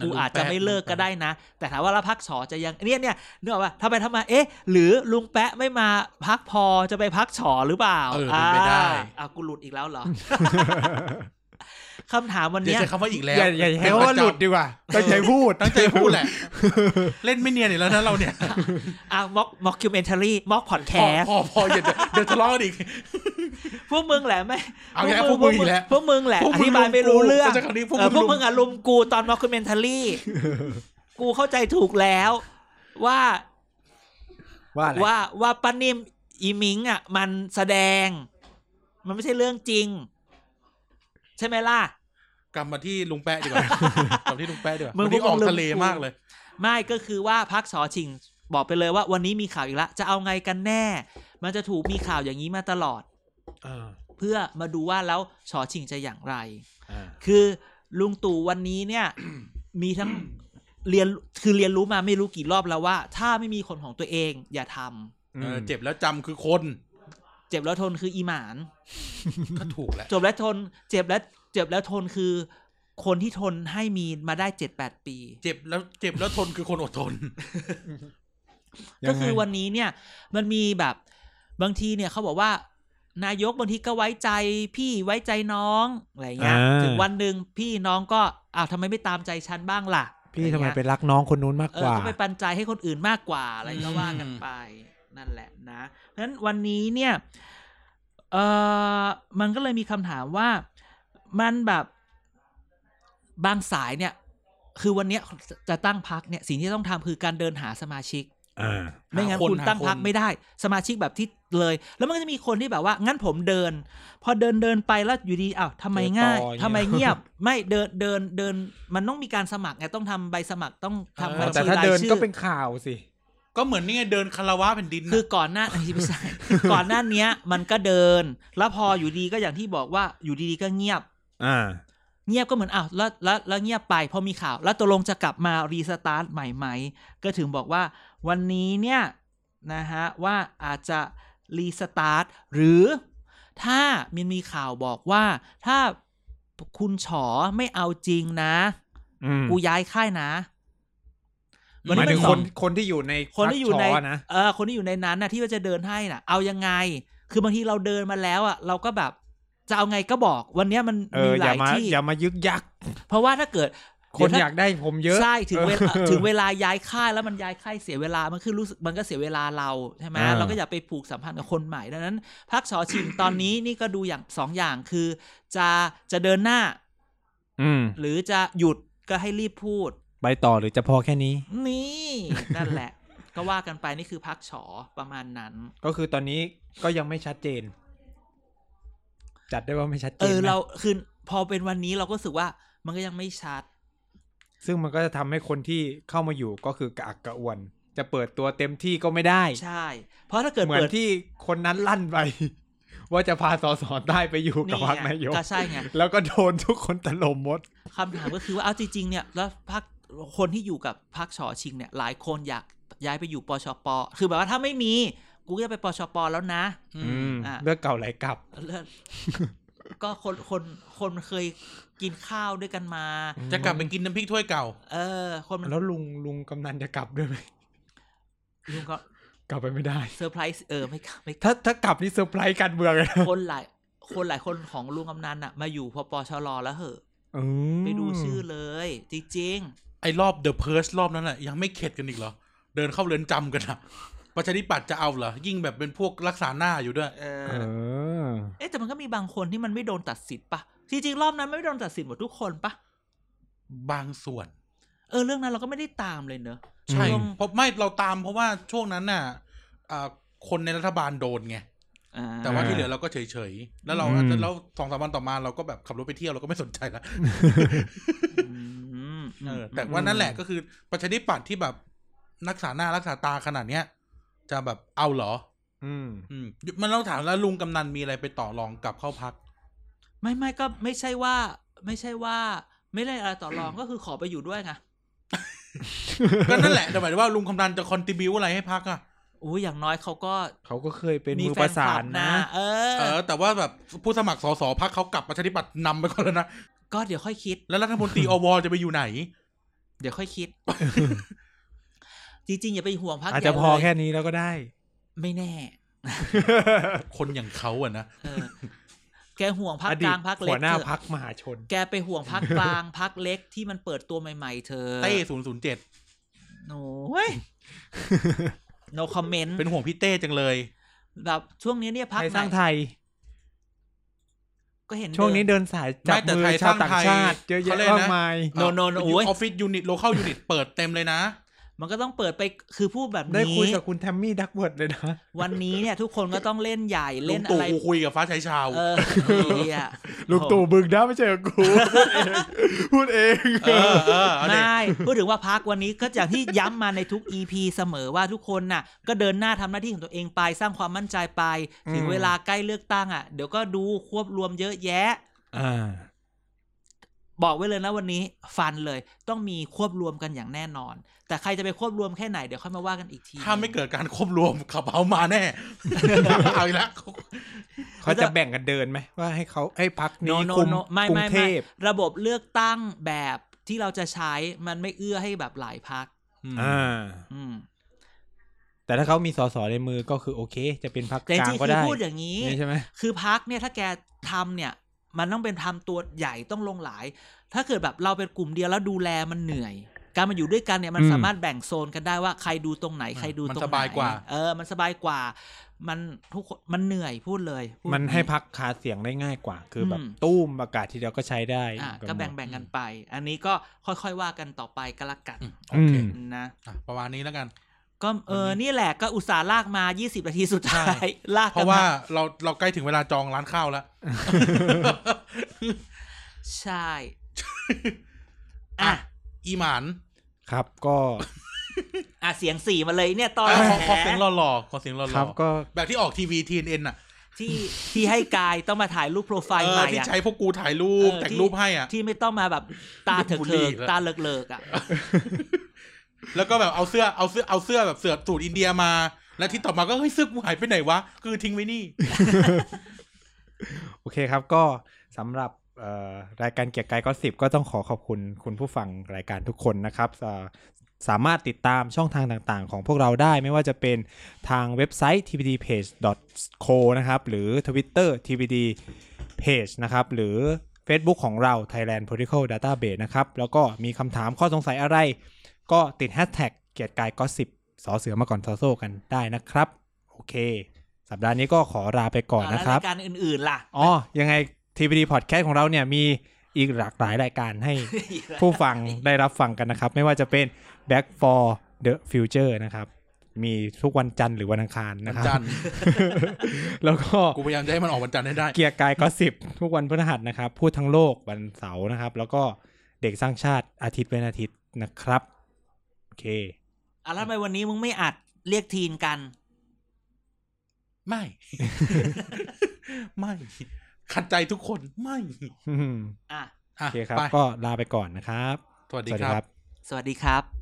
C: กู
A: ลุงแปะ
C: อาจจะไม่เลิก
A: ลุงแปะ
C: ก็ได้นะ แต่ถามว่าแล้วพักสอจะยังเนี่ยเนี่ยนึกออกป่ะทำไมทำไมเอ๊ะ หรือลุงแปะไม่มาพักพอจะไปพักสอหรือเปล่า
A: เออเป็นไปได้
C: อ่าอ่ะกูหลุดอีกแล้วเหร อ คำถามวัน
A: เดี๋ยว
C: เนี้ย
A: ใช้คำว่าอีกแล้ว
B: อย่าอย่าให้ว่าหลุดดีกว่าตั้งใจพูด
A: ตั้งใจพูดแหละ เล่นไม่เนียนอีกแล้วนะเราเนี่ย
C: อ่ะม็อกม็อกคิวเมนทารีม็อกพอดแค
A: พอ
C: สต์
A: พอพออย่าเดี๋ยวเดี๋ยวทะเลาะกันอีก
C: พวกมึงแหละไม่
A: เอาอีกแล้วพวกมึงอีกแล้ว
C: พวกมึงแหละ
A: พวก
C: อ
A: มึง
C: ธิบายไม่รู้เรื่อง
A: พวกมึงจะคำนี้พวกมึง
C: เออพวก
A: ลุม
C: มึงอะลุมกูตอนม็อกคิวเมนทารีกูเข้าใจถูกแล้วว่า
B: ว่าอะไร
C: ว่าว่าป้านิ่มอีมิงอ่ะ มันแสดง มันไม่ใช่เรื่องจริง ใช่ไหมล่ะ
A: กลับมาที่ลุงแปะดีกว่า กลับที่ลุงแปะดีกว่า
C: มึง
A: วันนี้
C: พวกมึง
A: ออก
C: ลืม
A: ทะเล
C: กู
A: มากเลย
C: ไม่ก็คือว่าพักสอชิง บอกไปเลยว่าวันนี้มีข่าวอีกละจะเอาไงกันแน่ มันจะถูกมีข่าวอย่างนี้มาตลอด
B: อ่า
C: เพื่อมาดูว่าแล้วสอชิงจะอย่างไร
B: อ่า
C: คือลุงตู่วันนี้เนี่ย มีทั้ง เรียนคือเรียนรู้มาไม่รู้กี่รอบแล้วว่า ถ้าไม่มีคนของตัวเอง อย่าทำ
A: เออ
B: เจ็
A: เจ็
B: บ
A: บแล้วจำคือคน
C: เจ็บแล้วทนคืออีหมาน
A: ก็ถูกแหละ
C: จบแล้วทนเจ็บแล้วเจ็บแล้วทนคือ คนที่ทนให้มีมาได้เจ็ดแปดปี
A: เจ็บแล้วเจ็บแล้วทนคือคนอดทน
C: ก็คือวันนี้เนี่ย มันมีแบบบางทีเนี่ยเขาบอกว่า นายกบางทีก็ไว้ใจพี่ไว้ใจน้องอะไรเงี้ยถึงวันหนึ่งพี่น้องก็อ้าวทำไมไม่ตามใจฉันบ้างล่ะ
B: พี่ทำไมไป
C: อะไรเงี้ย
B: รักน้องคนนู้นมาก
C: เอก อ
B: ว่า
C: ก็ไปปันใจให้คนอื่นมากกว่าอะไรก็ว่ากันไป นั่นแหละนะเพราะฉะนั้นวันนี้เนี่ยเออมันก็เลยมีคำถามว่ามันแบบ บางสายเนี่ย คือวันเนี้ยจะตั้งพักเนี่ย สิ่งที่ต้องทำคือการเดินหาสมาชิก
B: อ่า
C: ไม่งั้น
A: หาคน
C: คุณตั้ง
A: หาคน
C: พักไม่ได้ สมาชิกแบบที่เลย แล้วมันก็จะมีคนที่แบบว่า งั้นผมเดิน พอเดินเดินไปแล้วอยู่ดีอ้าวทำไมง่าย
B: เจอต่ออย่างเงี้ย
C: ทำไมเงียบ ไม่เดินเดินเดิน มันต้องมีการสมัครไงต้องทำใบสมัครต้องทำ
A: เออ
C: บัญ
B: แต่ถ้าร
C: ชีาย
B: เดิน
C: ชื่
B: ก็
C: อ
B: เป็นข่าวสิ
A: ก็เหมือนนี่ไงเดินคาราวะแผ่นดินน่ะ
C: คือก่อนหน้าอัน นี้ไม่ใช่ ก่อนหน้าเนี้ย มันก็เดิน แล้วพออยู่ดีก็อย่างที่บอกว่าอยู่ดีๆก็เงียบ
B: อ่า
C: เงียบก็เหมือนอ้าวแล้วแล้วแล้วเงียบไปพอมีข่าว แล้วตกลงจะกลับมารีสตาร์ทใหม่ไหม ก็ถึงบอกว่าวันนี้เนี่ยนะฮะว่าอาจจะรีสตาร์ทหรือถ้ามันมีข่าวบอกว่าถ้าคุณฉอไม่เอาจริงนะ
B: อืม
C: กูย้ายค่ายนะ
B: หมายถึง
C: วันนี้มัน
B: คนคนที่อยู่ใน
C: คนที่อยู่ใน
B: พรรคชนะ
C: เออคนที่อยู่ในนั้นนะที่ว่าจะเดินให้น่ะ เอายังไง คือบางทีเราเดินมาแล้วอ่ะเราก็แบบจะเอาไงก็บอก วันเนี้ยมัน
B: เอ
C: มี
B: อ
C: ห
B: อย่า
C: ลาย
B: มา
C: ที่
B: อย่ามายึกยัก
C: เพราะว่าถ้าเกิด
B: ค
C: เดี๋
B: น
C: วถ้
B: อยากได้ผมเยอะ
C: ใช่ถึงเวลา
B: ออ
C: ถึงเวลาย้ายค่ายแล้วมันย้ายค่ายเสียเวลามันคือรู้สึกมันก็เสียเวลาเราใช่ไหม
B: อ่า
C: เราก็อย่าไปผูกสัมพันธ์กับคนใหม่ดังนั้นพักชอชิง ตอนนี้นี่ก็ดูอย่างสองอย่างคือ จะจะเดินหน้า
B: อืม
C: หรือจะหยุดก็ให้รีบพูด
B: ไปต่อหรือจะพอแค่นี้
C: นี่ นั่นแหละ ก็ว่ากันไปนี่คือพักชอประมาณนั้น
B: ก็คือตอนนี้ก็ยังไม่ชัดเจน จัดได้ว่าไม่ชัดเจ
C: เอน อ
B: นะ
C: เราคือพอเป็นวันนี้เราก็รู้สึกว่ามันก็ยังไม่ชัด
B: ซึ่งมันก็จะทำให้คนที่เข้ามาอยู่ก็คือกระอักกระอ่วน จะเปิดตัวเต็มที่ก็ไม่ได้
C: ใช่ เพราะถ้าเกิด
B: เหมือน
C: เปิด
B: ที่คนนั้นลั่นไป ว่าจะพาสอสอได้ไปอยู่กับพรรค
C: นี่
B: นาย
C: ไง
B: ก
C: ก็ใช่ไง
B: แล้วก็โดนทุกคนตลมหมด
C: คำถามก็คือว่าเอาจริงๆเนี่ยแล้วพักคนที่อยู่กับพักชอชิงเนี่ย หลายคนอยากย้ายไปอยู่ปชปคือแบบว่าถ้าไม่มี กูก็จะไปปชปแล้วนะ
A: อืม
C: อ่ะ
B: เลือกเก่าไหลกลับ
C: เลิศ ก็คนคนคนเคยกินข้าวด้วยกันมา
A: จะกลับไปกินน้ำพริกถ้วยเก่า
C: เออ คนมัน
B: แล้วลุงลุงกำนันจะกลับด้วยไหม
C: ลุงก็
B: กลับไปไม่ได้
C: เซอร์ไพรส์เออไม่กลับไม่กลับ
B: ถ้าถ้ากลับนี่เซอร์ไพรส์การเมือง เลยนะ
C: คนหลายคนหลายคนของลุงกำนันอะมาอยู่พอปชรแล้วเหอะ
B: อืม
C: ไปดูชื่อเลย จริง
A: ไอ้รอบเดอะเพิร์สรอบนั้นน่ะยังไม่เข็ดกันอีกเหรอ เดินเข้าเรือนจำกันอ่ะประชาธิปัตย์จะเอาเหรอ ยิ่งแบบเป็นพวกรักษาหน้าอยู่ด้วย
C: ๆเอ
B: เอ
C: อ
B: อ
C: เอ๊ะแต่มันก็มีบางคนที่มันไม่โดนตัดสิทธิ์ปะจริงๆรอบนั้นไม่ได้โดนตัดสิทธิ์หมดทุกคนปะ
A: บางส่วน
C: เออเรื่องนั้นเราก็ไม่ได้ตามเลยเนอะ
A: ใช่
C: อืม
A: เพราะไม่เราตามเพราะว่าช่วงนั้นน่ะอ่าคนในรัฐบาลโดนไง
C: อ่า
A: แต่ว่าที่เหลือเราก็เฉยๆ แล้วเรา
B: อืม
A: แล้วสองสามวันต่อมาเราก็แบบขับรถไปเที่ยวเราก็ไม่สนใจละ
C: อืม
A: เออแต่ว่านั่นแหละก็คือประชาธิปัตย์ที่แบบรักษาหน้ารักษาตาขนาดเนี้ย จะแบบเอาเหรอ
B: อืม
A: อืมมันเราถามแล้วลุงกำนันมีอะไรไปต่อรองกลับเข้าพัก
C: ไม่ไม่ก็ไม่ใช่ว่า ไม่ใช่ว่า ไม่ได้อะไรต่อรองก็คือขอไปอยู่ด้วยไง
A: ก็นั่นแหละแต่หมายถึงว่าลุงกำนันจะคอนติบิวอะไรให้พักอ่ะ
C: อุ้ยอย่างน้อยเขาก็
B: เขาก็เคยเป็น
C: มี
B: มือ
C: แฟ
B: ป
C: น
B: ระ
C: ค
B: สา
C: ลั
B: น
C: บ
B: นะ
C: นะเออ
A: เออ แต่ว่าแบบผู้สมัครสสพักเขากลับประชาธิปัตย์นำไปก่อน แล้วนะ
C: ก็เดี๋ยวค่อยคิด
A: แล้วรัฐมนตรี อวจะไปอยู่ไหน
C: เดี๋ยวค่อยคิด จริงๆอย่าไปห่วงพัก
B: อาจจะพอ
C: ใหญ่
B: แค่นี้แล้วก็ได้
C: เลยไม่แน่
A: คนอย่างเขาอะนะ
C: เออ แกห่วงพัก
B: อก ดีต
C: ลางพักเล็
B: หั
C: ก
B: วหน้า
C: เถอะ
B: พักมหาชน
C: แกไปห่วงพักกลาง พักเล็กที่มันเปิดตัวใหม่ ๆ เธอ
A: เต้ศูนย์ศูนย์เจ็ด
C: โอ้ย no comment
A: เป็นห่วงพี่เต้จังเลย
C: แบบช่วงนี้เนี่ยพักไห
B: ไทยสร้าง
C: น
B: ไทย
C: ก็เห็น
B: ช่วงนี้เดินสายจับ
A: ไม่แต่
B: มือ
A: ไทย
B: ชาว
A: ส
B: ต่า
A: ร้าง
B: ง
A: ไทย
B: ชาติเยอะแยะ
A: เขาเรียกนะ
B: มากมาย
C: โนโนโนโอ้ย
A: ออฟฟิศยูนิตโลเค l ลยูนิตเปิดเต็มเลยนะ
C: มันก็ต้องเปิดไปคือพูดแบบ
B: ได้
C: นี้
B: คุยกับคุณแทมมี่ดักเวิร์ดเลย นะ
C: วันนี้เนี่ย ทุกคนก็ต้องเล่นใหญ่
A: ลุ
C: เล่
A: ง
C: นอะ
A: ตู่
C: ไร
A: กูคุยกับฟ้าชายชาว
C: เออเนี่ย
B: ลูกตู่บึงนะไม่ใช่กับกู พูดเอง
A: เออเออเอาดิ
C: ไม่พูดถึงว่าพักวันนี้ก็อย่างที่ย้ำมาในทุก EP เสมอว่าทุกคนน่ะ ก็เดินหน้าทำหน้าที่ของตัวเองไปสร้างความมั่นใจไป ถึง
B: อืม
C: เวลาใกล้เลือกตั้งอ่ะเดี๋ยวก็ดูควบรวมเยอะแยะ
B: อ่า
C: บอกไว้เลยนะวันนี้ฟันเลยต้องมีควบรวมกันอย่างแน่นอน แต่ใครจะไปควบรวมแค่ไหนเดี๋ยวค่อยมาว่ากันอีกที
A: ถ้าไม่เกิดการควบรวมขับเอามาแน่ เอาอีกแล้ว
B: เขาจะแบ่งกันเดินไหมว่าให้เขาให้พัก
C: โน
B: นี้
C: โน
B: คุม
C: โนไม่
B: กรุง
C: ไม่
B: เท
C: ไม่
B: พ
C: ระบบเลือกตั้งแบบที่เราจะใช้มันไม่เอื้อให้แบบหลายพัก
A: อืม
B: อ่า
C: อืม
B: แต่ถ้าเขามีสสในมือก็คือโอเค จะเป็นพักก
C: แต่จ
B: ลาง
C: ริงๆ
B: ก็
C: คือ
B: ได้
C: พูดอย่างนี้
B: นี่ใช่ไหม
C: คือพักเนี่ยถ้าแกทำเนี่ย มันต้องเป็นทำตัวใหญ่ต้องลงหลาย ถ้าเกิดแบบเราเป็นกลุ่มเดียวแล้วดูแลมันเหนื่อย การมาอยู่ด้วยกันเนี่ยมันสามารถแบ่งโซนกันได้ว่าใครดูตรงไหนใครดูตรงไหน
A: สบายกว่า
C: เออ มันสบายกว่า มันทุกคนมันเหนื่อยพูดเลยพูด
B: มัน
C: อย่าง
B: ให้พักขาเสียงได้ง่ายกว่า คือแบบ
C: อืม
B: ตู้มประกาศทีเดียวก็ใช้ได้
C: อ่ะ
B: เหมือนน
C: ก็แบ่ง
B: เนอะ
C: แบ่งกันไป อันนี้ก็ค่อยๆว่ากันต่อไปก็ละกัน
A: อืมโอ
B: อื
A: เค
B: ม
C: นะ
A: อ่ะประมาณนี้แล้วกัน
C: ก็เออ นี่แหละก็อุตส่าห์ลากมา 20 นาทีสุดท้า
A: ใช่
C: ย ลาก
A: เพ
C: กัน
A: ราะว่า
C: มา
A: เราเราใกล้ถึงเวลาจองร้านข้าว แล้ว
C: ใช่ อ่ะ
A: อีหมาน
B: ครับก็
C: อ่ะ เสียงสี่มาเลยเนี่ยตอน
A: อ่ะขอ
C: แห
A: ขอเสียงหล่อๆขอเสียงหล่
B: ครั
A: อบ
B: ก็
A: ๆแบบที่ออกทีวีทีเอ็นอ่ะ
C: ที่ที่ให้กายต้องมาถ่ายรูปโปรไฟล์
A: เอ
C: ให
A: อ
C: ม่
A: ที่
C: อะ
A: ใช้พวกกูถ่ายรูป
C: เออ
A: แต่ง
C: ที่
A: รูปให้อ่ะ
C: ที่ไม่ต้องมาแบบตาเถิก
A: บุล
C: เ
A: ลี่อีกแล้ว
C: ตาเลิกเลิกๆอ่ะ
A: แล้วก็แบบเอาเสื้อเอาเสื้อเอาเสื้อแบบเสื้อสูตรอินเดียมา แล้วที่ต่อมาก็เฮ้ยเสื้อกูหายไปไหนวะคือทิ้งไว้นี่
B: โอเคครับก็สำหรับเอ่อรายการเกียร์กายก็สิบก็ต้องขอขอบคุณคุณผู้ฟังรายการทุกคนนะครับเอ่อสามารถติดตามช่องทางต่างๆ ของพวกเราได้ไม่ว่าจะเป็นทางเว็บไซต์ tpdpage.co นะครับ หรือ Twitter tpdpage นะครับ หรือ Facebook ของเรา Thailand Political Database นะครับ แล้วก็มีคำถามข้อสงสัยอะไร ก็ติด Hashtag เกียรติกายก็สิบสอเสือมาก่อนซอโซกันได้นะครับ โอเค สัปดาห์นี้ก็ขอลาไปก่อน
C: อ่ะ
B: นะครับ
C: แล้วายการอื่นๆล่ะ
B: อ๋อ ยังไง TPD Podcast ของเราเนี่ยมีอีกหลากหลายรายการให้ ผู้ฟังได้รับฟังกันนะครับ ไม่ว่าจะเป็น Back for the Future นะครับ มีทุกวันจันทร์หรือวันอังคารนะครับ
A: วันจันทร์
B: แล้วก็
A: กูพยายามจะให้มันออกวันจันทร์ให้ได้
B: เกียร์กายก็สิบทุกวันพฤหัสนะครับ พูดทั้งโลกวันเสาร์นะครับ แล้วก็เด็กสร้างชาติอาทิตย์เว้นอาทิตย์นะครับ โอเค
C: อ่ะแล้วทำไมวันนี้มึงไม่อัดเรียกทีนกัน
A: ไม่ ไม่ ขัดใจทุกคนไม่
B: อืม
C: อ่ะ
A: อ่ะ
B: โอเคครับ
A: ไป
B: ก็ลาไปก่อนนะครับ
A: สวัสดี
B: สวัส
A: ค
B: ดี
A: รับ
B: ครับ
C: สวัสดีครับ